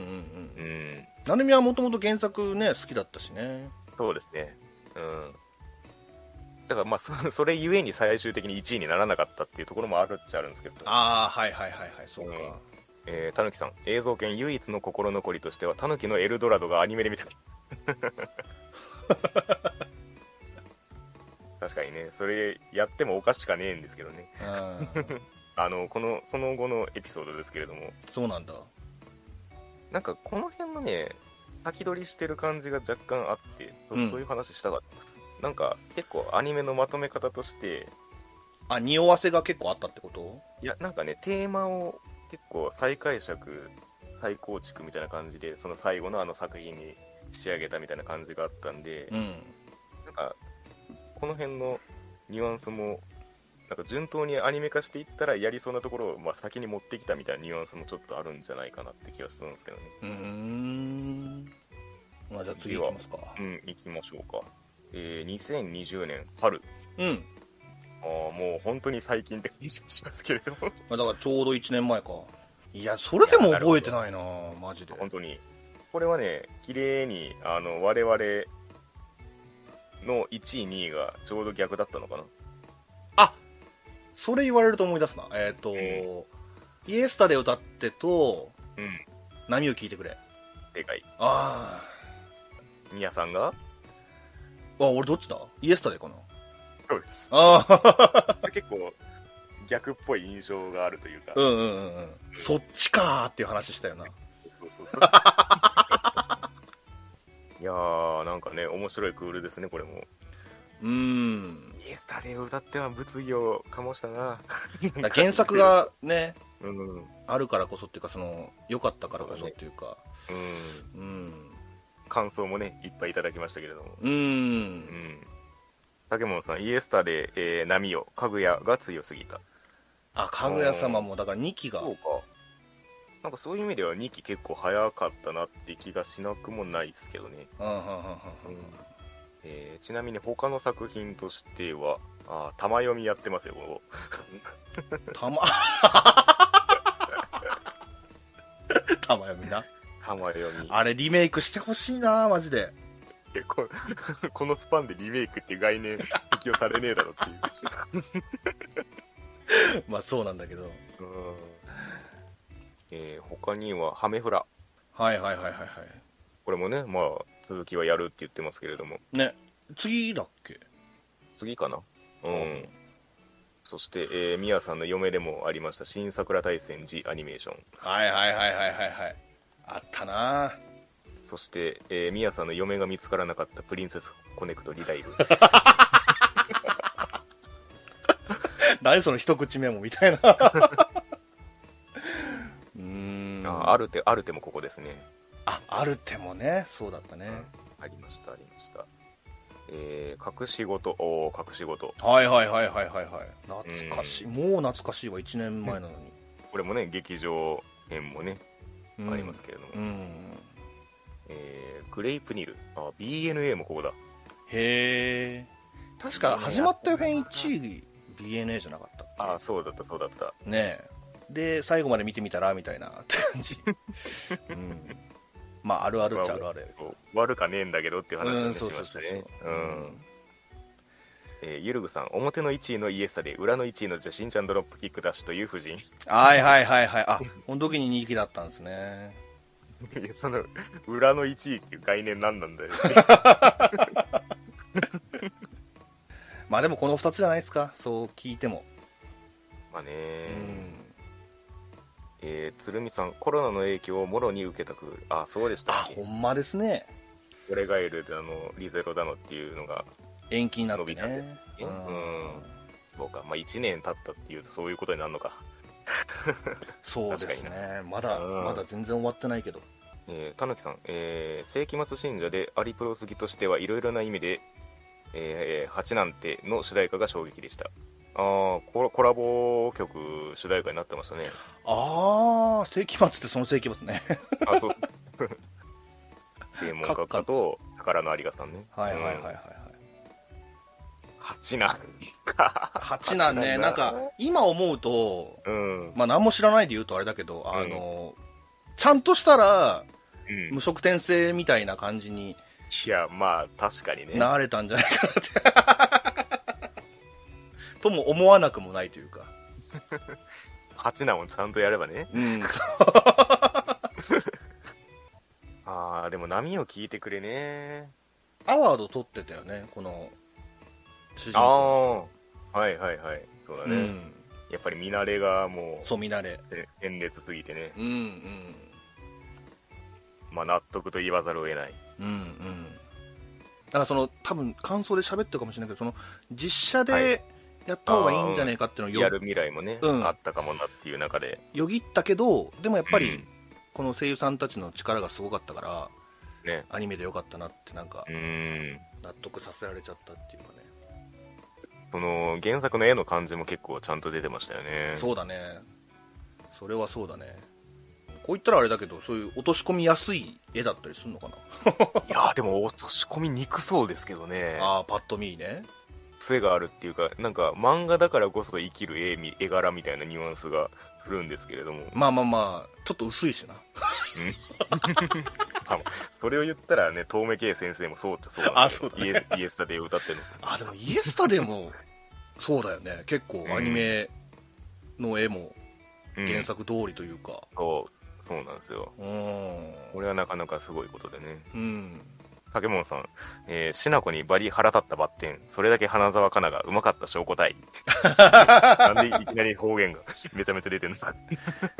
[SPEAKER 1] ん、
[SPEAKER 2] なるみはもともと原作ね好きだったしね
[SPEAKER 1] そうですね。うん。だからまあそ、 それゆえに最終的に1位にならなかったっていうところもあるっちゃあるんですけど、
[SPEAKER 2] ああはいはいはいはいそうか、
[SPEAKER 1] うんえー、たぬきさん、映像権唯一の心残りとしては、たぬきのエルドラドがアニメで見 た。確かにね、それやってもおかしかねえんですけどね。
[SPEAKER 2] うん、
[SPEAKER 1] あの、この、その後のエピソードですけれども、
[SPEAKER 2] そうなんだ
[SPEAKER 1] なんかこの辺のね、先取りしてる感じが若干あって、そ,、
[SPEAKER 2] う
[SPEAKER 1] うんそういう話したかった。なんか結構アニメのまとめ方として、
[SPEAKER 2] あ匂わせが結構あったってこと
[SPEAKER 1] いや、なんかね、テーマを結構再解釈、再構築みたいな感じで、その最後のあの作品に仕上げたみたいな感じがあったんで、
[SPEAKER 2] うん
[SPEAKER 1] なんか、この辺のニュアンスも、なんか順当にアニメ化していったらやりそうなところを、まあ、先に持ってきたみたいなニュアンスもちょっとあるんじゃないかなって気がするんですけどね。
[SPEAKER 2] うーんまあじゃあ次行きますか
[SPEAKER 1] うん、行きましょうか。えー、2020年春。
[SPEAKER 2] うん、
[SPEAKER 1] あーもう本当に最近って感じがしますけれども、
[SPEAKER 2] まあ、だからちょうど1年前かいやそれでも覚えてないなマジで
[SPEAKER 1] 本当に。これはね、綺麗に、あの、我々の1位、2位がちょうど逆だったのかな。
[SPEAKER 2] それ言われると思い出すなえっ、と、イエスタで歌ってと
[SPEAKER 1] うん、
[SPEAKER 2] 波を聞いてくれ
[SPEAKER 1] でかい。
[SPEAKER 2] あ
[SPEAKER 1] みやさんが
[SPEAKER 2] ーあ俺どっちだイエスタでかな
[SPEAKER 1] そうです。
[SPEAKER 2] ああ
[SPEAKER 1] 結構、逆っぽい印象があるというか。
[SPEAKER 2] うんうんうんうんそっちかーっていう話したよな
[SPEAKER 1] そうそう そういやー、なんかね、面白いクールですね、これも。
[SPEAKER 2] うー ん
[SPEAKER 1] いや、誰を歌っては物議を醸した な。
[SPEAKER 2] だから原作。がね
[SPEAKER 1] うん。うん。
[SPEAKER 2] あるからこそっていうかその良かったからこそっていうかうん
[SPEAKER 1] 感想もね、いっぱいいただきましたけれども。
[SPEAKER 2] うー
[SPEAKER 1] うんん。竹本さん、イエスタで、えー波を、かぐやが強すぎた。
[SPEAKER 2] あかぐや様もだから2期が
[SPEAKER 1] そうか。なんかそういう意味では2期結構早かったなって気がしなくもないですけどね。
[SPEAKER 2] うんうんうんうんうん
[SPEAKER 1] えーちなみに他の作品としては、あー玉読みやってますよ、 ここ
[SPEAKER 2] たま たまよみな
[SPEAKER 1] 玉読み。
[SPEAKER 2] あれリメイクしてほしいなマジで
[SPEAKER 1] 結構 このスパンでリメイクって概念 適用されねえだろっていう。
[SPEAKER 2] まあそうなんだけど
[SPEAKER 1] うんえー他には、ハメフラ。
[SPEAKER 2] はいはいはいはいは
[SPEAKER 1] これもね、まあ、続きはやるって言ってますけれども、
[SPEAKER 2] いね次だっけ
[SPEAKER 1] 次かな。う。
[SPEAKER 2] うん
[SPEAKER 1] そして、えー、ミヤさんの嫁でもありました、新桜大戦時アニメーション。
[SPEAKER 2] はいはいはいはいはいはいあったな
[SPEAKER 1] そして、えー、ミヤさんの嫁が見つからなかったプリンセスコネクトリライブ。
[SPEAKER 2] 何その一口メモみた いなうーん
[SPEAKER 1] ああるて、あるてもここですね。
[SPEAKER 2] ああるてもねそうだったね、
[SPEAKER 1] ありました、ありました。えー、隠し事、おー隠し事。
[SPEAKER 2] はいはいはいはいはいはい懐かしい、もう懐かしいわ1年前なのに、
[SPEAKER 1] これもね、劇場編もね、ありますけれども。
[SPEAKER 2] うん
[SPEAKER 1] えー、グレイプニル。あ、BNA もここだ。
[SPEAKER 2] へえ確か始まった予編1位 BNA じゃなかった
[SPEAKER 1] あ、そうだった、そうだった。
[SPEAKER 2] ねえで最後まで見てみたらみたいな 感じ、うん、まああるあるっちゃあるあるやけ
[SPEAKER 1] こう悪かねえんだけどっていう
[SPEAKER 2] ど
[SPEAKER 1] 話を
[SPEAKER 2] うん
[SPEAKER 1] ね
[SPEAKER 2] そう
[SPEAKER 1] し
[SPEAKER 2] そう
[SPEAKER 1] まし
[SPEAKER 2] そ
[SPEAKER 1] た
[SPEAKER 2] う
[SPEAKER 1] ね。。
[SPEAKER 2] そううん
[SPEAKER 1] えーゆるぐさん、表の1位のイエスタで、裏の1位のじゃしんちゃんドロップキックダッシュという夫人。
[SPEAKER 2] はいはいはいはいあこの時に人気だったんですね
[SPEAKER 1] いや、その、裏の1位っていう概念何なんだよ。
[SPEAKER 2] まあでもこの2つじゃないですかそう聞いても
[SPEAKER 1] まあね
[SPEAKER 2] う
[SPEAKER 1] ー、
[SPEAKER 2] ん
[SPEAKER 1] えー、鶴見さん、コロナの影響をもろに受けたく、あ、そうでした
[SPEAKER 2] あ。ほんまですね
[SPEAKER 1] 俺がいるで、あの、リゼロだのっていうのが、
[SPEAKER 2] 延期になっ
[SPEAKER 1] 伸
[SPEAKER 2] て
[SPEAKER 1] びたんです
[SPEAKER 2] ね
[SPEAKER 1] ねうんそうか、まあ1年経ったっていうとそういうことになるのか。
[SPEAKER 2] そうですねまだ
[SPEAKER 1] うん
[SPEAKER 2] まだ全然終わってないけど
[SPEAKER 1] えー、たぬきさん、えー世紀末信者でアリプロ好きとしてはいろいろな意味で「えーえー蜂なんて」の主題歌が衝撃でしたああコラコラボ曲主題歌になってましたね
[SPEAKER 2] ああ世紀末ってその世紀末ね
[SPEAKER 1] あそうデーモン閣下と宝のありがさんね
[SPEAKER 2] はいはいはいはい、はい、
[SPEAKER 1] 蜂なんか
[SPEAKER 2] 8なんねなんか今思うと
[SPEAKER 1] うん、うん
[SPEAKER 2] まあ何も知らないで言うとあれだけどあの、ちゃんとしたら無職転生みたいな感じに
[SPEAKER 1] いやまあ確かにね
[SPEAKER 2] なれたんじゃないかなって とも思わなくもないというか
[SPEAKER 1] 蜂なんをちゃんとやればね
[SPEAKER 2] うん
[SPEAKER 1] ああでも波を聞いてくれね
[SPEAKER 2] アワード取ってたよねこの主人
[SPEAKER 1] あ
[SPEAKER 2] 公
[SPEAKER 1] あはいはいはいそうだ
[SPEAKER 2] う
[SPEAKER 1] ね、
[SPEAKER 2] ん
[SPEAKER 1] やっぱり見慣れがも
[SPEAKER 2] そう見慣れ
[SPEAKER 1] うね鮮烈すぎてね、
[SPEAKER 2] うんうん
[SPEAKER 1] まあ、納得と言わざるを得ない
[SPEAKER 2] うんうんだからその多分感想で喋ってるかもしれないけどその実写
[SPEAKER 1] は
[SPEAKER 2] でやった方がいいんじゃねえかっていうのを
[SPEAKER 1] や
[SPEAKER 2] よ,、
[SPEAKER 1] る未来もね、
[SPEAKER 2] うん
[SPEAKER 1] あったかもなっていう中で
[SPEAKER 2] よぎったけどでもやっぱ
[SPEAKER 1] う
[SPEAKER 2] り
[SPEAKER 1] ん
[SPEAKER 2] この声優さんたちの力がすごかったから
[SPEAKER 1] ね
[SPEAKER 2] アニメでよかったなってなんか
[SPEAKER 1] うーん
[SPEAKER 2] 納得させられちゃったっていうかね、
[SPEAKER 1] その原作の絵の感じも結構ちゃんと出てましたよね
[SPEAKER 2] そうだねそれはそうだねこう言ったらあれだけどそういう落とし込みやすい絵だったりするのかな、
[SPEAKER 1] いやーでも落とし込みにくそうですけどね
[SPEAKER 2] ああパッと見ね
[SPEAKER 1] 癖があるっていうかなんか漫画だからこそ生きる絵み絵柄みたいなニュアンスがするんですけれども、
[SPEAKER 2] まあまあまあちょっと薄いしな
[SPEAKER 1] あそれを言ったらね遠目圭先生もそうってそうなん
[SPEAKER 2] あそうだね
[SPEAKER 1] イエイエスタで歌ってるの
[SPEAKER 2] あでもイエスタでもそうだよね結構アニメの絵も
[SPEAKER 1] うん
[SPEAKER 2] 原作通りというか
[SPEAKER 1] そうそうなんですよ
[SPEAKER 2] うーん
[SPEAKER 1] これはなかなかすごいことでね
[SPEAKER 2] うん
[SPEAKER 1] 竹本さん、えー、しなこにバリ腹立ったバッテン、それだけ花澤香菜がうまかった証拠 体。なんでいきなり方言がめちゃめちゃ出てるんだ。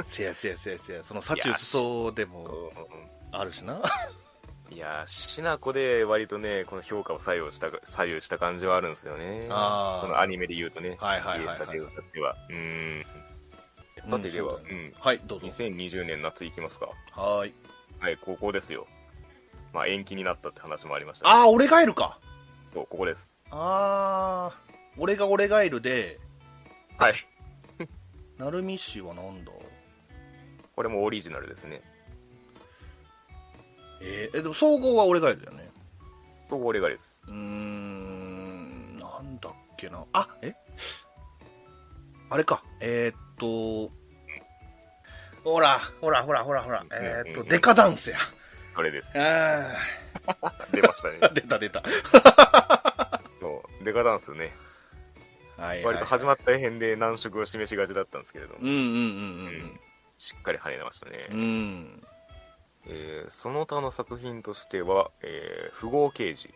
[SPEAKER 2] せやせやせやせやそのサチュウソでもあるし な
[SPEAKER 1] いやー、しなこで割とね、この評価を左右した、左右した感じはあるんですよね。
[SPEAKER 2] あー
[SPEAKER 1] このアニメで言うとね。
[SPEAKER 2] はいはいはいはい
[SPEAKER 1] イエスタで歌っては。うーん。
[SPEAKER 2] うん
[SPEAKER 1] さてでは、う
[SPEAKER 2] そうだ
[SPEAKER 1] ん。
[SPEAKER 2] はいどうぞ
[SPEAKER 1] 2020年夏行きますか。
[SPEAKER 2] はーい
[SPEAKER 1] はい、高校ですよ。まあ延期になったって話もありましたね、
[SPEAKER 2] ああ俺ガエルか
[SPEAKER 1] そうここです。
[SPEAKER 2] ああ俺が俺ガエルで
[SPEAKER 1] はい。
[SPEAKER 2] ナルミ氏はなんだ
[SPEAKER 1] これもオリジナルですね。
[SPEAKER 2] えーえでも総合は俺ガエルだよね
[SPEAKER 1] と、これがです。
[SPEAKER 2] うーんなんだっけなあえあれかえー、っとほらほらほらほらほらえ
[SPEAKER 1] う
[SPEAKER 2] ー、っ
[SPEAKER 1] んうんう
[SPEAKER 2] と
[SPEAKER 1] ん
[SPEAKER 2] デカダンスや
[SPEAKER 1] これです。
[SPEAKER 2] あ
[SPEAKER 1] 出ましたね。
[SPEAKER 2] ー 出た出た
[SPEAKER 1] そう、デカダンスね、
[SPEAKER 2] はい
[SPEAKER 1] 割と始
[SPEAKER 2] ま
[SPEAKER 1] まった辺で難色を示しがちだったんですけれども、
[SPEAKER 2] うんうん
[SPEAKER 1] うんしっかり跳ねましたね
[SPEAKER 2] うんうんう、ん
[SPEAKER 1] えーその他の作品としては、えー、富豪刑事、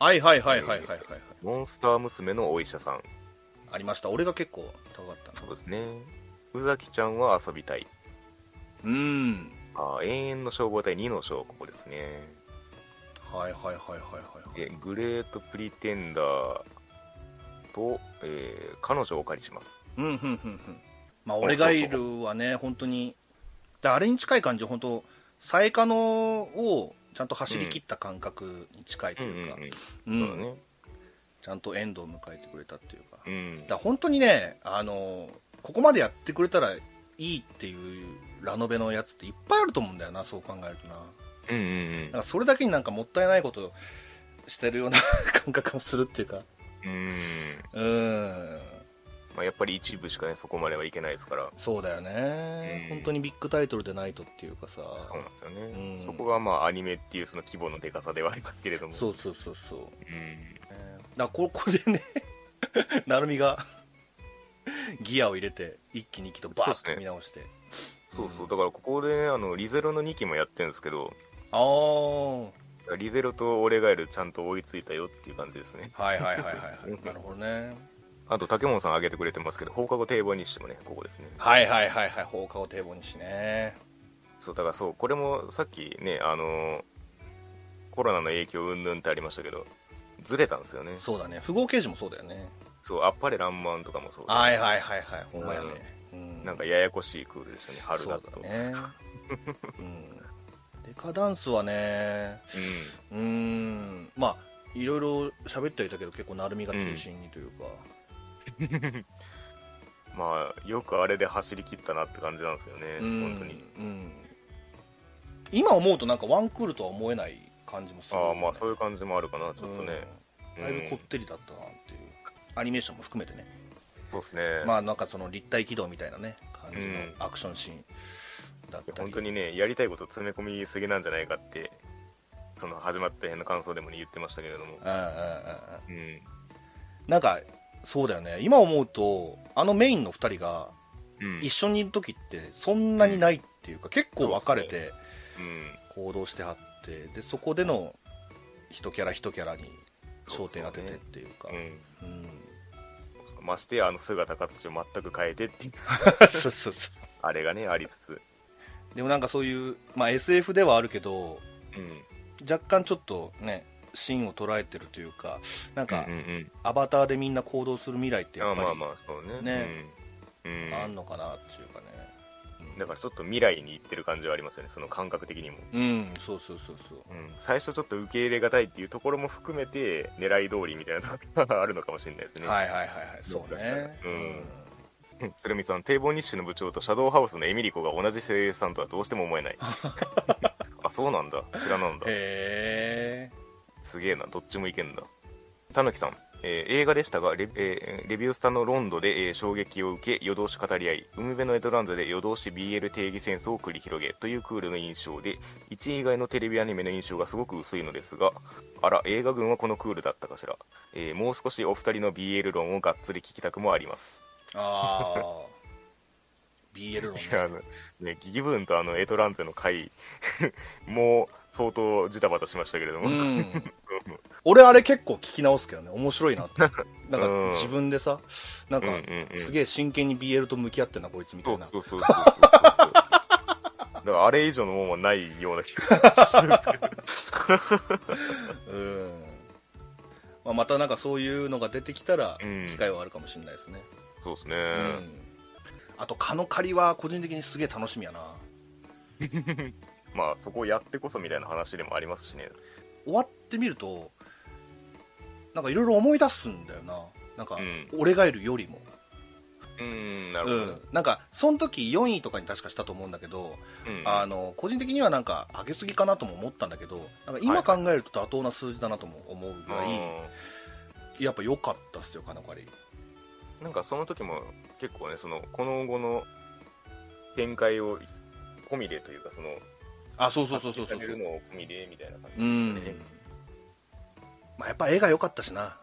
[SPEAKER 2] はいはいはいはいはいはいはい
[SPEAKER 1] モンスター娘のお医者さん、
[SPEAKER 2] ありました俺が結構高かった
[SPEAKER 1] そう
[SPEAKER 2] な
[SPEAKER 1] ですね、宇崎ちゃんは遊びたい、
[SPEAKER 2] うん
[SPEAKER 1] あー永遠の消防隊2の章、ここですね、
[SPEAKER 2] はいはいはいはいはい
[SPEAKER 1] でグレートプリテンダーと、えー彼女をお借りします。
[SPEAKER 2] うんうんうんうんまあ俺がいるはね本当にだあれに近い感じ本当最下のをちゃんと走り切った感覚に近いと
[SPEAKER 1] うんうん
[SPEAKER 2] いうか、
[SPEAKER 1] う、
[SPEAKER 2] うんん
[SPEAKER 1] そうだね。
[SPEAKER 2] ちゃんとエンドを迎えてくれたっていうか,、
[SPEAKER 1] うん
[SPEAKER 2] だ。本当にねあのここまでやってくれたらいいっていうラノベのやつっていっぱいあると思うんだよなそう考えるとな
[SPEAKER 1] うんうん
[SPEAKER 2] なんかそれだけになんかもったいないことしてるような 感覚もするっていうか
[SPEAKER 1] うん。うん。
[SPEAKER 2] うーん
[SPEAKER 1] まあ、やっぱり一部しかね、そこまではいけないですから。
[SPEAKER 2] そうだよね、
[SPEAKER 1] うん
[SPEAKER 2] 本当にビッグタイトルでないとっていうかさ
[SPEAKER 1] そうなんですよね、
[SPEAKER 2] うん
[SPEAKER 1] そこがまあアニメっていうその規模のでかさではありますけれども
[SPEAKER 2] そうそうそうそう
[SPEAKER 1] うん
[SPEAKER 2] えーだからここでね なるみがギアを入れて一気に一気とバ
[SPEAKER 1] そう
[SPEAKER 2] ー
[SPEAKER 1] ですね
[SPEAKER 2] ッと見直して、
[SPEAKER 1] そうそうだからここでねあのリゼロの2期もやってるんですけど
[SPEAKER 2] ああ
[SPEAKER 1] リゼロとオレガエルちゃんと追いついたよっていう感じですね
[SPEAKER 2] はいはいはいはいは いなるほどね
[SPEAKER 1] あと竹本さん挙げてくれてますけど放課後堤防日誌もねここですね
[SPEAKER 2] はいはいはいはい放課後堤防にしね
[SPEAKER 1] そうだからそうこれもさっきねあのコロナの影響云々ってありましたけどずれたんですよね
[SPEAKER 2] そうだね富豪刑事もそうだよね
[SPEAKER 1] そうあっぱれらんまんとかもそうで
[SPEAKER 2] はいはいはいはいほんまやね
[SPEAKER 1] う
[SPEAKER 2] うん、
[SPEAKER 1] なんかややこしいクールでしたね春だと
[SPEAKER 2] そうだね、うん、デカダンスはねうーんまあいろいろ喋ってはいたけど結構なるみが中心にというか、
[SPEAKER 1] うん、まあよくあれで走り切ったなって感じなんですよね、
[SPEAKER 2] うん
[SPEAKER 1] 本当に、
[SPEAKER 2] うん今思うとなんかワンクールとは思えない感じもするよね、
[SPEAKER 1] ああまあそういう感じもあるかなちょっとね、
[SPEAKER 2] うん
[SPEAKER 1] う
[SPEAKER 2] だ
[SPEAKER 1] ん
[SPEAKER 2] いぶこってりだったなっていうアニメーションも含めてね、
[SPEAKER 1] そうですね、
[SPEAKER 2] まあなんかその立体軌道みたいなね感じの
[SPEAKER 1] うん
[SPEAKER 2] アクションシーンだっ
[SPEAKER 1] いや
[SPEAKER 2] たり、
[SPEAKER 1] 本当にねやりたいことを詰め込みすぎなんじゃないかってその始まった辺の感想でもね言ってましたけれども
[SPEAKER 2] うんうんうんうん
[SPEAKER 1] うん
[SPEAKER 2] なんかそうだよね今思うとあのメインの2人が
[SPEAKER 1] うん
[SPEAKER 2] 一緒にいる時ってそんなにないっていうか、結構分かれて
[SPEAKER 1] うん
[SPEAKER 2] 行動してはってでそこでの一キャラ一キャラに焦点当ててっていうか
[SPEAKER 1] うん
[SPEAKER 2] うん
[SPEAKER 1] ましてやあの姿形を全く変えてっていう
[SPEAKER 2] そうそうそ
[SPEAKER 1] あれがねありつつ
[SPEAKER 2] うでもなんかそういう、まあ、SF ではあるけど
[SPEAKER 1] うん
[SPEAKER 2] 若干ちょっとねシーンを捉えてるというかなんか
[SPEAKER 1] うんうん
[SPEAKER 2] アバターでみんな行動する未来って
[SPEAKER 1] ま
[SPEAKER 2] や
[SPEAKER 1] あ
[SPEAKER 2] っぱ
[SPEAKER 1] まあ
[SPEAKER 2] り
[SPEAKER 1] まあそうね
[SPEAKER 2] ね
[SPEAKER 1] うん、うん
[SPEAKER 2] あんのかなっていうかねうん
[SPEAKER 1] だからちょっと未来に行ってる感じはありますよねその感覚的にも、
[SPEAKER 2] うんそうそうそうそう
[SPEAKER 1] うん、最初ちょっと受け入れがたいっていうところも含めて狙い通りみたいなところがあるのかもしれないですね、
[SPEAKER 2] はいはいはいはいそうね
[SPEAKER 1] うんうん 鶴見さん堤防日誌の部長とシャドウハウスのエミリコが同じ声優さんとはどうしても思えない あそうなんだ知らなんだ
[SPEAKER 2] へえ
[SPEAKER 1] すげえなどっちもいけんだたぬきさん、えー映画でしたがレ,、えーレビュースタのロンドで、えー衝撃を受け夜通し語り合い海辺のエトランドで夜通し BL 定義戦争を繰り広げというクールの印象で1位以外のテレビアニメの印象がすごく薄いのですがあら映画群はこのクールだったかしら、えーもう少しお二人の BL 論をがっつり聞きたくもあります
[SPEAKER 2] ああ BL 論ね
[SPEAKER 1] いやあのね、ギブンとあのエトランテの回 もう相当ジタバタしましたけれども、
[SPEAKER 2] う
[SPEAKER 1] うん
[SPEAKER 2] ん俺あれ結構聞き直すけどね面白い なってなんか
[SPEAKER 1] うん
[SPEAKER 2] 自分でさなんか
[SPEAKER 1] うんうんうん
[SPEAKER 2] すげえ真剣に BL と向き合ってんなこいつみた
[SPEAKER 1] そう
[SPEAKER 2] いな
[SPEAKER 1] そうそうそうそうだからあれ以上のもんはないような気がするんですけど
[SPEAKER 2] うんまあまたなんかそういうのが出てきたら
[SPEAKER 1] うん
[SPEAKER 2] 機会はあるかもしれないですね
[SPEAKER 1] そうですね、
[SPEAKER 2] うんあと「カノカリ」は個人的にすげえ楽しみやな
[SPEAKER 1] まあそこをやってこそみたいな話でもありますしね
[SPEAKER 2] 終わってみるとなんかいろいろ思い出すんだよななんか
[SPEAKER 1] うん
[SPEAKER 2] 俺がいるよりも
[SPEAKER 1] うんな
[SPEAKER 2] う
[SPEAKER 1] る
[SPEAKER 2] ん、
[SPEAKER 1] ほど、うん
[SPEAKER 2] なんかその時4位とかに確かしたと思うんだけど、あの個人的にはなんか上げすぎかなとも思ったんだけどなんか今考えると妥当な数字だなとも思うぐらい、やっぱ良かったっすよかなかり
[SPEAKER 1] うんなんかその時も結構ねそのこの後の展開を込みでというかその
[SPEAKER 2] あそうそうそうそうそう
[SPEAKER 1] 発揮されるのを込みでみたいな感じでした
[SPEAKER 2] うん
[SPEAKER 1] ね、
[SPEAKER 2] まあ、やっぱ絵が良かったしな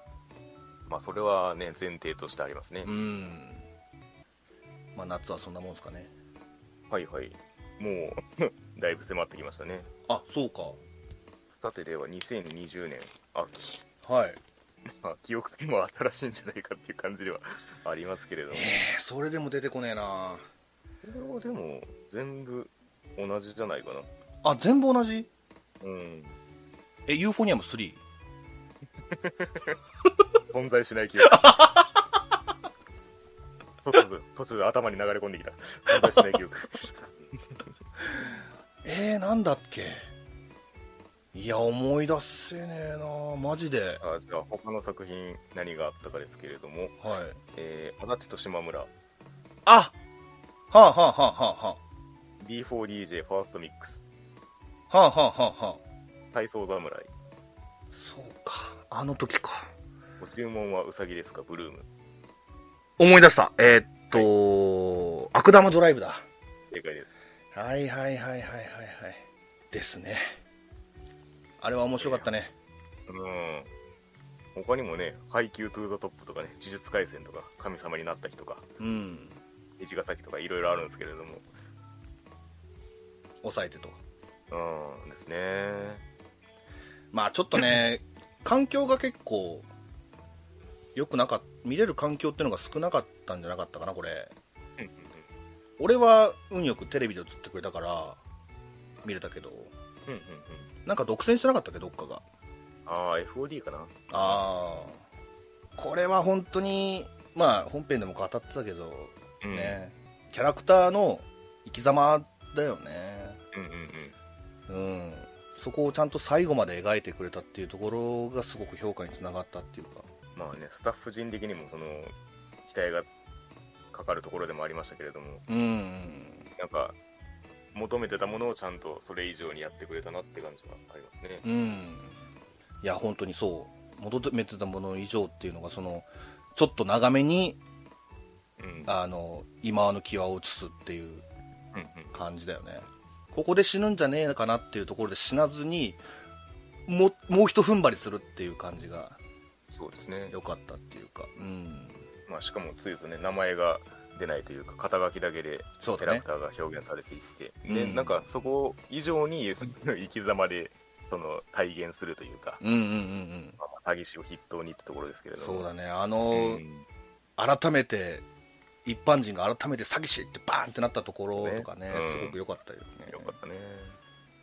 [SPEAKER 1] まあそれはね前提としてありますね、
[SPEAKER 2] うんまあ夏はそんなもんですかね
[SPEAKER 1] はいはい。もう、 だいぶ迫ってきましたね。
[SPEAKER 2] あそうか
[SPEAKER 1] さてでは2020年秋。
[SPEAKER 2] はい
[SPEAKER 1] まあ、記憶にも新しいんじゃないかっていう感じではありますけれども。
[SPEAKER 2] えーそれでも出てこねえな
[SPEAKER 1] これはでも、全部同じじゃないかな。
[SPEAKER 2] あ全部同じ
[SPEAKER 1] うん。
[SPEAKER 2] えユーフォニアム3
[SPEAKER 1] 存在しない記憶。突如、突如頭に流れ込んできた。存在しない記憶。
[SPEAKER 2] えー、なんだっけいや思い出せねえなマジではい
[SPEAKER 1] あじゃあ、他の作品、何があったかですけれども、えー、足立と島村、
[SPEAKER 2] あはあはあはあはあは
[SPEAKER 1] D4DJ ファーストミックス、
[SPEAKER 2] あはあはあはあはあ
[SPEAKER 1] 体操侍、
[SPEAKER 2] そうかあの時か
[SPEAKER 1] ご注文はウサギですか、ブルーム。
[SPEAKER 2] 思い出したえーっと、悪玉ドライブだ
[SPEAKER 1] 正解です。
[SPEAKER 2] はいはいはいはいはいはいですねあれは面白かったね
[SPEAKER 1] うん。他にもね、配給トゥーザトップとかね、呪術廻戦とか、神様になった日とか、
[SPEAKER 2] うん
[SPEAKER 1] 虹ヶ崎とかいろいろあるんですけれども、
[SPEAKER 2] 抑えてと
[SPEAKER 1] うんですね。
[SPEAKER 2] まあちょっと ね環境が結構良くなかっ見れる環境ってのが少なかったんじゃなかったかなこれ俺は運よくテレビで映ってくれたから見れたけど
[SPEAKER 1] うんうんうん。
[SPEAKER 2] なんか独占してなかったっけどっかが
[SPEAKER 1] ああ、FOD かな。
[SPEAKER 2] ああこれは本当にまあ本編でも語ってたけど
[SPEAKER 1] うん、
[SPEAKER 2] ね、キャラクターの生き様だよね
[SPEAKER 1] うんうんうん
[SPEAKER 2] うんそこをちゃんと最後まで描いてくれたっていうところがすごく評価につながったっていうか
[SPEAKER 1] まあねスタッフ陣的にもその期待がかかるところでもありましたけれども
[SPEAKER 2] うん
[SPEAKER 1] なんか求めてたものをちゃんとそれ以上にやってくれたなって感じはありますね
[SPEAKER 2] うんいや本当にそう求めてたもの以上っていうのがそのちょっと長めに
[SPEAKER 1] うん
[SPEAKER 2] あの今の際を移すっていう
[SPEAKER 1] うんうん
[SPEAKER 2] 感じだよねここで死ぬんじゃねえかなっていうところで死なずにももうひと踏ん張りするっていう感じが
[SPEAKER 1] そうですね
[SPEAKER 2] 良かったっていうかうん
[SPEAKER 1] まあ、しかもつゆとね名前が出ないというか肩書きだけでキ
[SPEAKER 2] そう
[SPEAKER 1] ャ
[SPEAKER 2] だ
[SPEAKER 1] ラ
[SPEAKER 2] ね
[SPEAKER 1] クターが表現されていって、
[SPEAKER 2] う
[SPEAKER 1] で
[SPEAKER 2] ん
[SPEAKER 1] なんかそこ以上にその生き様でその体現するというか、
[SPEAKER 2] うんうんうんうん
[SPEAKER 1] まあ、詐欺師を筆頭にってところですけれども
[SPEAKER 2] そうだ
[SPEAKER 1] ね
[SPEAKER 2] ねあの、改めて一般人が改めて詐欺師ってバーンってなったところとかね
[SPEAKER 1] ねうん
[SPEAKER 2] すごく良かったよね
[SPEAKER 1] よかったね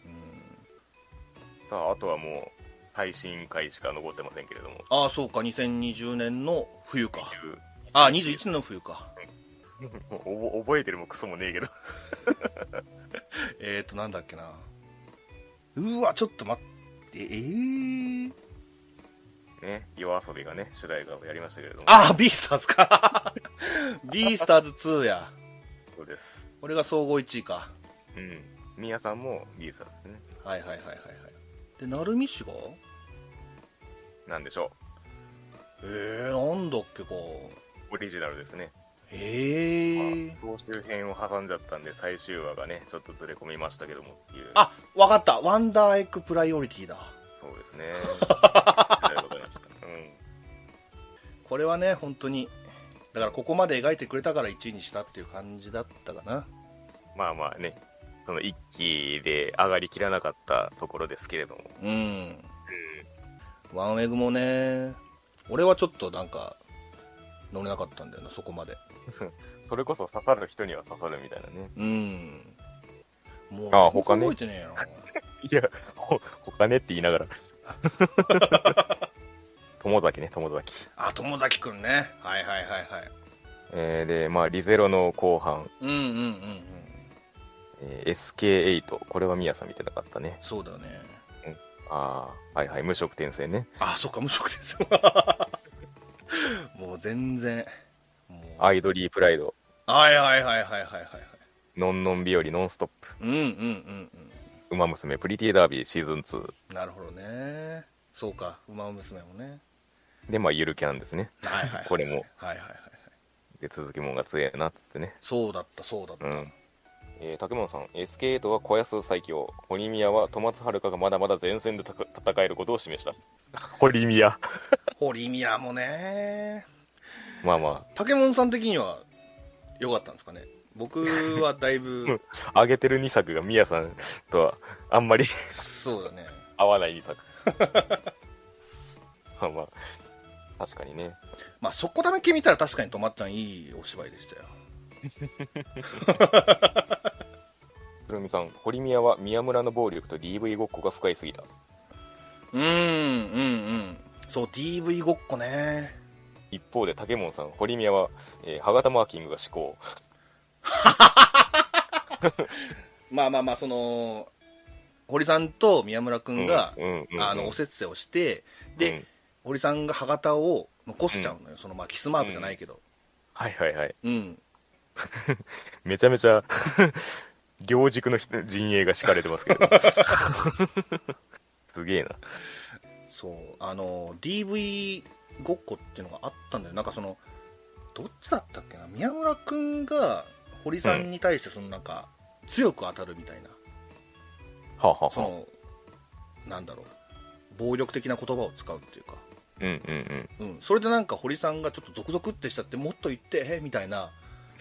[SPEAKER 2] うん
[SPEAKER 1] さああとはもう最新回しか残ってませんけれども
[SPEAKER 2] ああそうか2020年の冬か
[SPEAKER 1] いう
[SPEAKER 2] ああ21年の冬か
[SPEAKER 1] もうおぼ覚えてるもクソもねえけど
[SPEAKER 2] えっ、ー、となんだっけなうわちょっと待ってえー、
[SPEAKER 1] ね夜遊びがね主題歌をやりましたけれども
[SPEAKER 2] ああビースターズかビースターズ2や
[SPEAKER 1] そうです
[SPEAKER 2] 俺が総合1位か
[SPEAKER 1] うんみやさんもビーズだったね
[SPEAKER 2] はいはいはいはいはいで鳴海氏が
[SPEAKER 1] なんでしょ
[SPEAKER 2] えー、なんだっけか
[SPEAKER 1] うオリジナルですね
[SPEAKER 2] えー、
[SPEAKER 1] まあ総集編を挟んじゃったんで最終話がねちょっとずれ込みましたけどもっていう
[SPEAKER 2] あわかったワンダーエッグプライオリティだ
[SPEAKER 1] そうです ねありがとうございましたうん
[SPEAKER 2] これはね本当にだからここまで描いてくれたから1位にしたっていう感じだったかな
[SPEAKER 1] まあまあねその一期で上がりきらなかったところですけれども
[SPEAKER 2] うんワンエグもね俺はちょっとなんか乗れなかったんだよなそこまで
[SPEAKER 1] それこそ刺さる人には刺さるみたいなね
[SPEAKER 2] うんもう
[SPEAKER 1] ああ
[SPEAKER 2] 全
[SPEAKER 1] 他
[SPEAKER 2] 然
[SPEAKER 1] ね
[SPEAKER 2] 動いてねえよ
[SPEAKER 1] いやほ他ねって言い ながら友崎ね友崎、
[SPEAKER 2] あ友崎くんねはいはいはいはい
[SPEAKER 1] えーでまあリゼロの後半、
[SPEAKER 2] うんうんうんうん
[SPEAKER 1] えー SK8 これはミヤさん見てなかったね
[SPEAKER 2] そうだよね
[SPEAKER 1] ああはいはい無色転生ね
[SPEAKER 2] あそっか無職です もう全然もう
[SPEAKER 1] アイドリープライド
[SPEAKER 2] はいはいはいはいはいはいはい
[SPEAKER 1] のんのん日和ノンストップ
[SPEAKER 2] うんうんうん
[SPEAKER 1] ウマ娘プリティダービーシーズン2
[SPEAKER 2] うんなるほどねそうか馬娘もね
[SPEAKER 1] で、まあ、ゆるキャンですね。
[SPEAKER 2] はいはいはい
[SPEAKER 1] これも。
[SPEAKER 2] はいはいはいはい
[SPEAKER 1] で、続きもんが強えなっつってね。
[SPEAKER 2] そうだったそうだった、
[SPEAKER 1] うん。えー、竹本さん、SK8 は小安最強、堀宮は戸松遥がまだまだ前線でたか戦えることを示した。堀宮。
[SPEAKER 2] 堀宮もね
[SPEAKER 1] まあま
[SPEAKER 2] 竹門さん的には良かったんですかね僕はだ いぶ
[SPEAKER 1] あ、上げてる2作が宮さんとはあんまり
[SPEAKER 2] そうだね
[SPEAKER 1] 合わない2作。 まあまあ、確かにね。
[SPEAKER 2] まあそこだけ見たら確かにとまっちゃんいいお芝居でしたよ
[SPEAKER 1] 鶴見さん、堀宮は宮村の暴力と DV ごっこが深いすぎた。
[SPEAKER 2] うんうんうんそう DV ごっこね
[SPEAKER 1] 一方で竹門さん堀宮は、えー、歯型マーキングが至高
[SPEAKER 2] まあまあまあその堀さんと宮村君が、
[SPEAKER 1] うんうんうんうん
[SPEAKER 2] あのお節制をしてで、
[SPEAKER 1] うん
[SPEAKER 2] 堀さんが歯型を残しちゃうのよ、そのまあキスマークじゃないけど
[SPEAKER 1] はいはいはい
[SPEAKER 2] うん、
[SPEAKER 1] めちゃめちゃ 両軸の人陣営が敷かれてますけ どすげえな
[SPEAKER 2] そうあの DV ごっこっていうのがあったんだよなんかそのどっちだったっけな宮村君が堀さんに対してそのなんか、強く当たるみたいな
[SPEAKER 1] はあ、はあはあ
[SPEAKER 2] そのなんだろう暴力的な言葉を使うっていうか、
[SPEAKER 1] うんうんうん
[SPEAKER 2] うん、それでなんか堀さんがちょっとゾクゾクってしちゃってもっと言ってえみたいな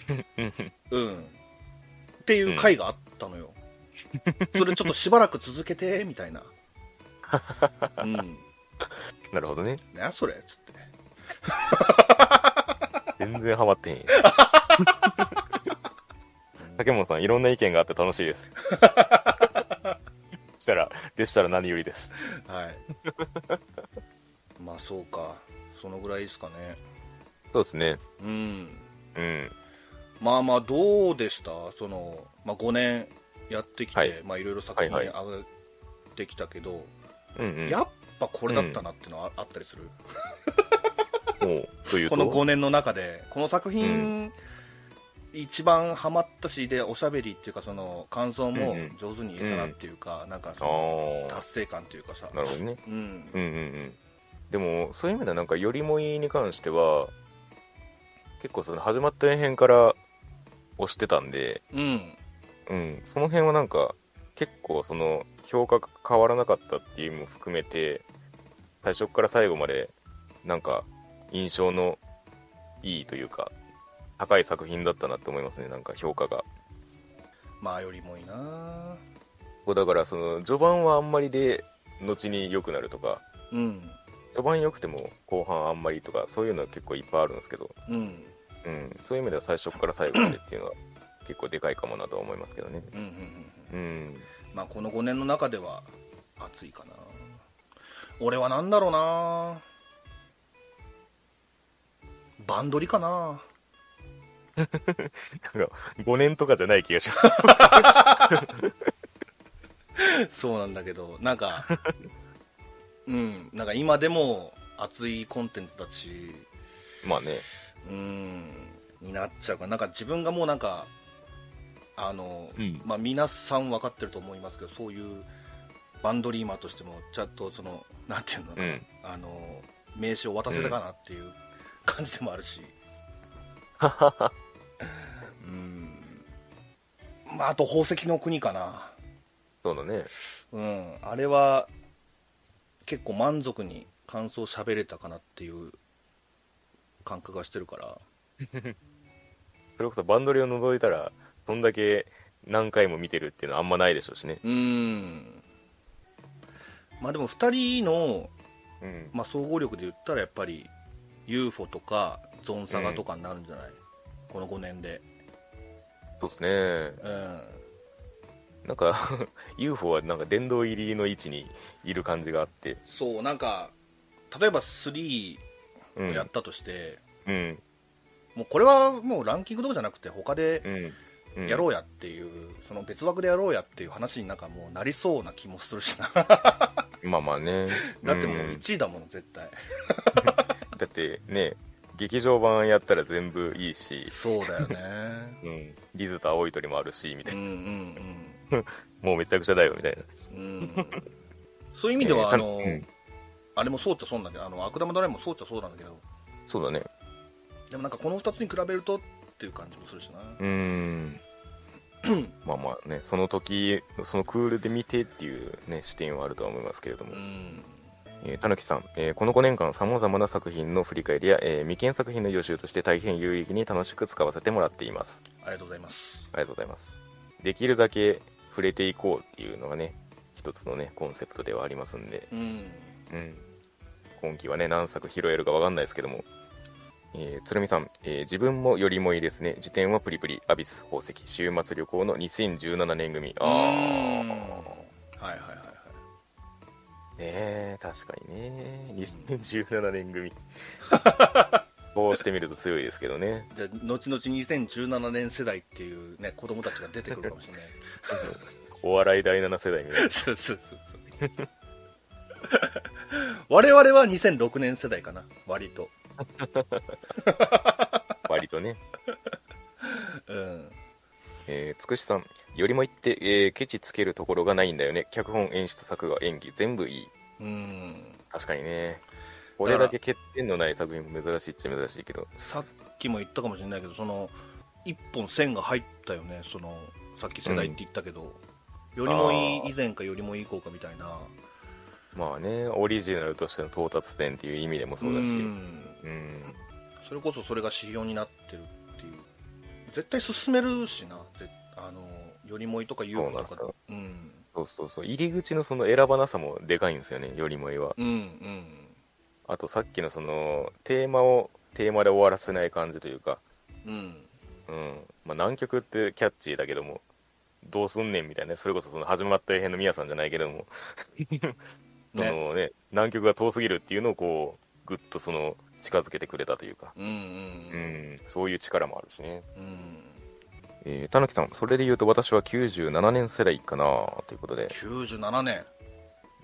[SPEAKER 1] うんうん
[SPEAKER 2] うんっていう回があったのよ、それちょっとしばらく続けてみ たいなうんなん
[SPEAKER 1] なるほどね
[SPEAKER 2] やそれっつって
[SPEAKER 1] 全然ハマってへん竹本さんいろんな意見があって楽しいです したらでしたら何よりです
[SPEAKER 2] はい まあそうかそのぐらいですかね
[SPEAKER 1] そうですね
[SPEAKER 2] うん
[SPEAKER 1] うん
[SPEAKER 2] まあまあどうでしたその、まあ、5年やってきて、
[SPEAKER 1] はいい
[SPEAKER 2] まあ、いろいろ作品
[SPEAKER 1] は
[SPEAKER 2] 上
[SPEAKER 1] いは
[SPEAKER 2] がってきたけど、
[SPEAKER 1] うんうん
[SPEAKER 2] やっぱこれだったなってのはああったりする、
[SPEAKER 1] もうという
[SPEAKER 2] ことの5年の中でこの作品、一番ハマったしでおしゃべりっていうかその感想も
[SPEAKER 1] うんうん
[SPEAKER 2] 上手に言えたなっていうか、なんかその
[SPEAKER 1] あ
[SPEAKER 2] 達成感というかさ
[SPEAKER 1] あなるほどね
[SPEAKER 2] うん
[SPEAKER 1] うんうんうんでもそういう意味ではなんか「よりもいい」に関しては結構その始まった編から押してたんで、
[SPEAKER 2] うん
[SPEAKER 1] うん、その辺はなんか結構その評価が変わらなかったっていうのも含めて最初から最後までなんか印象のいいというか高い作品だったなって思いますねなんか評価が
[SPEAKER 2] まあよりもいいな
[SPEAKER 1] こうだからその序盤はあんまりで後に良くなるとか
[SPEAKER 2] うん
[SPEAKER 1] 序盤良くても後半あんまりとかそういうのは結構いっぱいあるんですけど、
[SPEAKER 2] うん
[SPEAKER 1] うん、そういう意味では最初から最後までっていうのは結構でかいかもなとは思いますけどね
[SPEAKER 2] うんうんう
[SPEAKER 1] う
[SPEAKER 2] ん
[SPEAKER 1] ん
[SPEAKER 2] まあこの5年の中では熱いかな俺は何だろうなバンドリかな
[SPEAKER 1] なんか5年とかじゃない気がします
[SPEAKER 2] そうなんだけどな んかうんなんか今でも熱いコンテンツだし
[SPEAKER 1] まあね
[SPEAKER 2] うんになっちゃうかななんか自分がもうなんかあの、
[SPEAKER 1] うん
[SPEAKER 2] まあ皆さん分かってると思いますけどそういうバンドリーマーとしてもちゃんとそのなんていうのか
[SPEAKER 1] う
[SPEAKER 2] な、
[SPEAKER 1] ん
[SPEAKER 2] あの名刺を渡せたかなっていう感じでもあるし、うん、まああと宝石の国かな
[SPEAKER 1] そうだね
[SPEAKER 2] うんあれは結構満足に感想喋れたかなっていう感覚がしてるから
[SPEAKER 1] それこそバンドリを除いたらそんだけ何回も見てるっていうのはあんまないでしょうしね
[SPEAKER 2] うんまあでも2人の、
[SPEAKER 1] うん
[SPEAKER 2] まあ、総合力で言ったらやっぱり UFO とかゾンサガとかになるんじゃない、この5年で
[SPEAKER 1] そうですね
[SPEAKER 2] うん
[SPEAKER 1] なんか UFO はなんか殿堂入りの位置にいる感じがあって
[SPEAKER 2] そうなんか例えば3
[SPEAKER 1] う
[SPEAKER 2] を
[SPEAKER 1] ん
[SPEAKER 2] やったとして、
[SPEAKER 1] うん
[SPEAKER 2] もうこれはもうランキングとかじゃなくて他で
[SPEAKER 1] うんうん
[SPEAKER 2] やろうやっていう、その別枠でやろうやっていう話になんかもうなりそうな気もするしなだ
[SPEAKER 1] まあまあね
[SPEAKER 2] ってもうん 1位だもん絶対、
[SPEAKER 1] だってね劇場版やったら全部いいし、
[SPEAKER 2] そうだよね
[SPEAKER 1] うん、リズと青い鳥もあるしみ
[SPEAKER 2] う
[SPEAKER 1] たい
[SPEAKER 2] ん
[SPEAKER 1] な、
[SPEAKER 2] う
[SPEAKER 1] もうめちゃくちゃだよみたいな、
[SPEAKER 2] んうんうんそういう意味で
[SPEAKER 1] えー
[SPEAKER 2] は、
[SPEAKER 1] た
[SPEAKER 2] あの、
[SPEAKER 1] うん
[SPEAKER 2] あれもそうっちゃそうなんだけどあの悪玉ドライもそうっちゃそうなんだけど
[SPEAKER 1] そうだね
[SPEAKER 2] でもなんかこの2つに比べるとっていう感じもするしな
[SPEAKER 1] うー んまあまあねその時そのクールで見てっていうね視点はあるとは思いますけれども、
[SPEAKER 2] うん
[SPEAKER 1] えーたぬきさん、えーこの5年間さまざまな作品の振り返りや、えー未見作品の予習として大変有意義に楽しく使わせてもらっています
[SPEAKER 2] ありがとうございます
[SPEAKER 1] ありがとうございますできるだけ触れていこうっていうのがね一つのねコンセプトではありますんで
[SPEAKER 2] うん
[SPEAKER 1] うん、今期はね何作拾えるかわかんないですけども、えー、鶴見さん、えー自分もよりもいいですね辞典はプリプリアビス宝石週末旅行の2017年組あ
[SPEAKER 2] う
[SPEAKER 1] あ
[SPEAKER 2] んはいはいはいはい
[SPEAKER 1] ねえ確かにね2017年組こうしてみると強いですけどね
[SPEAKER 2] じゃあ後々2017年世代っていうね子供たちが出てくるかもしれない
[SPEAKER 1] お笑い第7世代みたいな
[SPEAKER 2] そうそうそうそう 我々は2006年世代かな割と
[SPEAKER 1] 割とね
[SPEAKER 2] うん
[SPEAKER 1] えー、つくしさんよりもいって、えーケチつけるところがないんだよね脚本演出作画演技全部いい
[SPEAKER 2] うん
[SPEAKER 1] 確かにねこれだけ欠点のない作品も珍しいっちゃ珍しいけど
[SPEAKER 2] さっきも言ったかもしれないけどその一本線が入ったよねそのさっき世代って言ったけど、よりもい
[SPEAKER 1] あ
[SPEAKER 2] い
[SPEAKER 1] ー
[SPEAKER 2] 以前かよりもいい効果みたいな
[SPEAKER 1] まあねオリジナルとしての到達点っていう意味でもそうだしうん
[SPEAKER 2] んそれこそそれが指標になってるっていう絶対進めるしなぜあのよりもいとか UFO
[SPEAKER 1] そ
[SPEAKER 2] と
[SPEAKER 1] うなん
[SPEAKER 2] かうん
[SPEAKER 1] そうそうそう入り口のその選ばなさもでかいんですよねよりもいは
[SPEAKER 2] うんうん
[SPEAKER 1] あとさっきのそのテーマをテーマで終わらせない感じというか
[SPEAKER 2] うん
[SPEAKER 1] うんまあ南極ってキャッチーだけどもどうすんねんみたいなねそれこそその始まった編のミヤさんじゃないけど もそのね南極が遠すぎるっていうのをこうぐっとその近づけてくれたというか
[SPEAKER 2] うんうん
[SPEAKER 1] うんそういう力もあるしね
[SPEAKER 2] うん
[SPEAKER 1] えー、たぬきさん、それで言うと私は97年世代かなということで、
[SPEAKER 2] 97年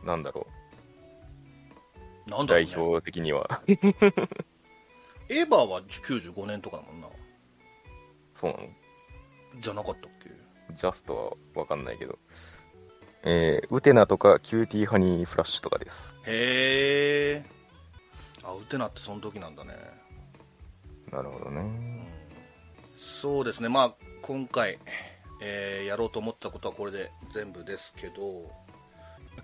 [SPEAKER 1] なんだろ
[SPEAKER 2] なん
[SPEAKER 1] う、
[SPEAKER 2] だろう、
[SPEAKER 1] 代
[SPEAKER 2] ね、
[SPEAKER 1] 表的に は。
[SPEAKER 2] エヴァは95年とかだもんな
[SPEAKER 1] そうなの
[SPEAKER 2] じゃなかったっけ
[SPEAKER 1] ジャストはわかんないけど。えー、ウテナとかキューティーハニーフラッシュとかです。
[SPEAKER 2] へえあウテナってその時なんだね
[SPEAKER 1] なるほどね。
[SPEAKER 2] そうですねまあ今回、えーやろうと思ったことはこれで全部ですけど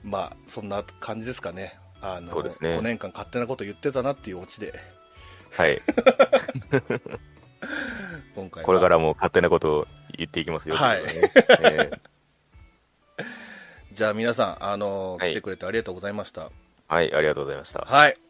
[SPEAKER 2] まあそんな感じですかねあの
[SPEAKER 1] そうですね
[SPEAKER 2] 5年間勝手なこと言ってたなっていうオチで
[SPEAKER 1] はい。
[SPEAKER 2] 今回は
[SPEAKER 1] これからも勝手なことを言っていきますよ。
[SPEAKER 2] はい
[SPEAKER 1] とうことでねえー
[SPEAKER 2] じゃあ皆さんあの
[SPEAKER 1] はい
[SPEAKER 2] 来てくれてありがとうございました
[SPEAKER 1] はい、ありがとうございました。
[SPEAKER 2] はい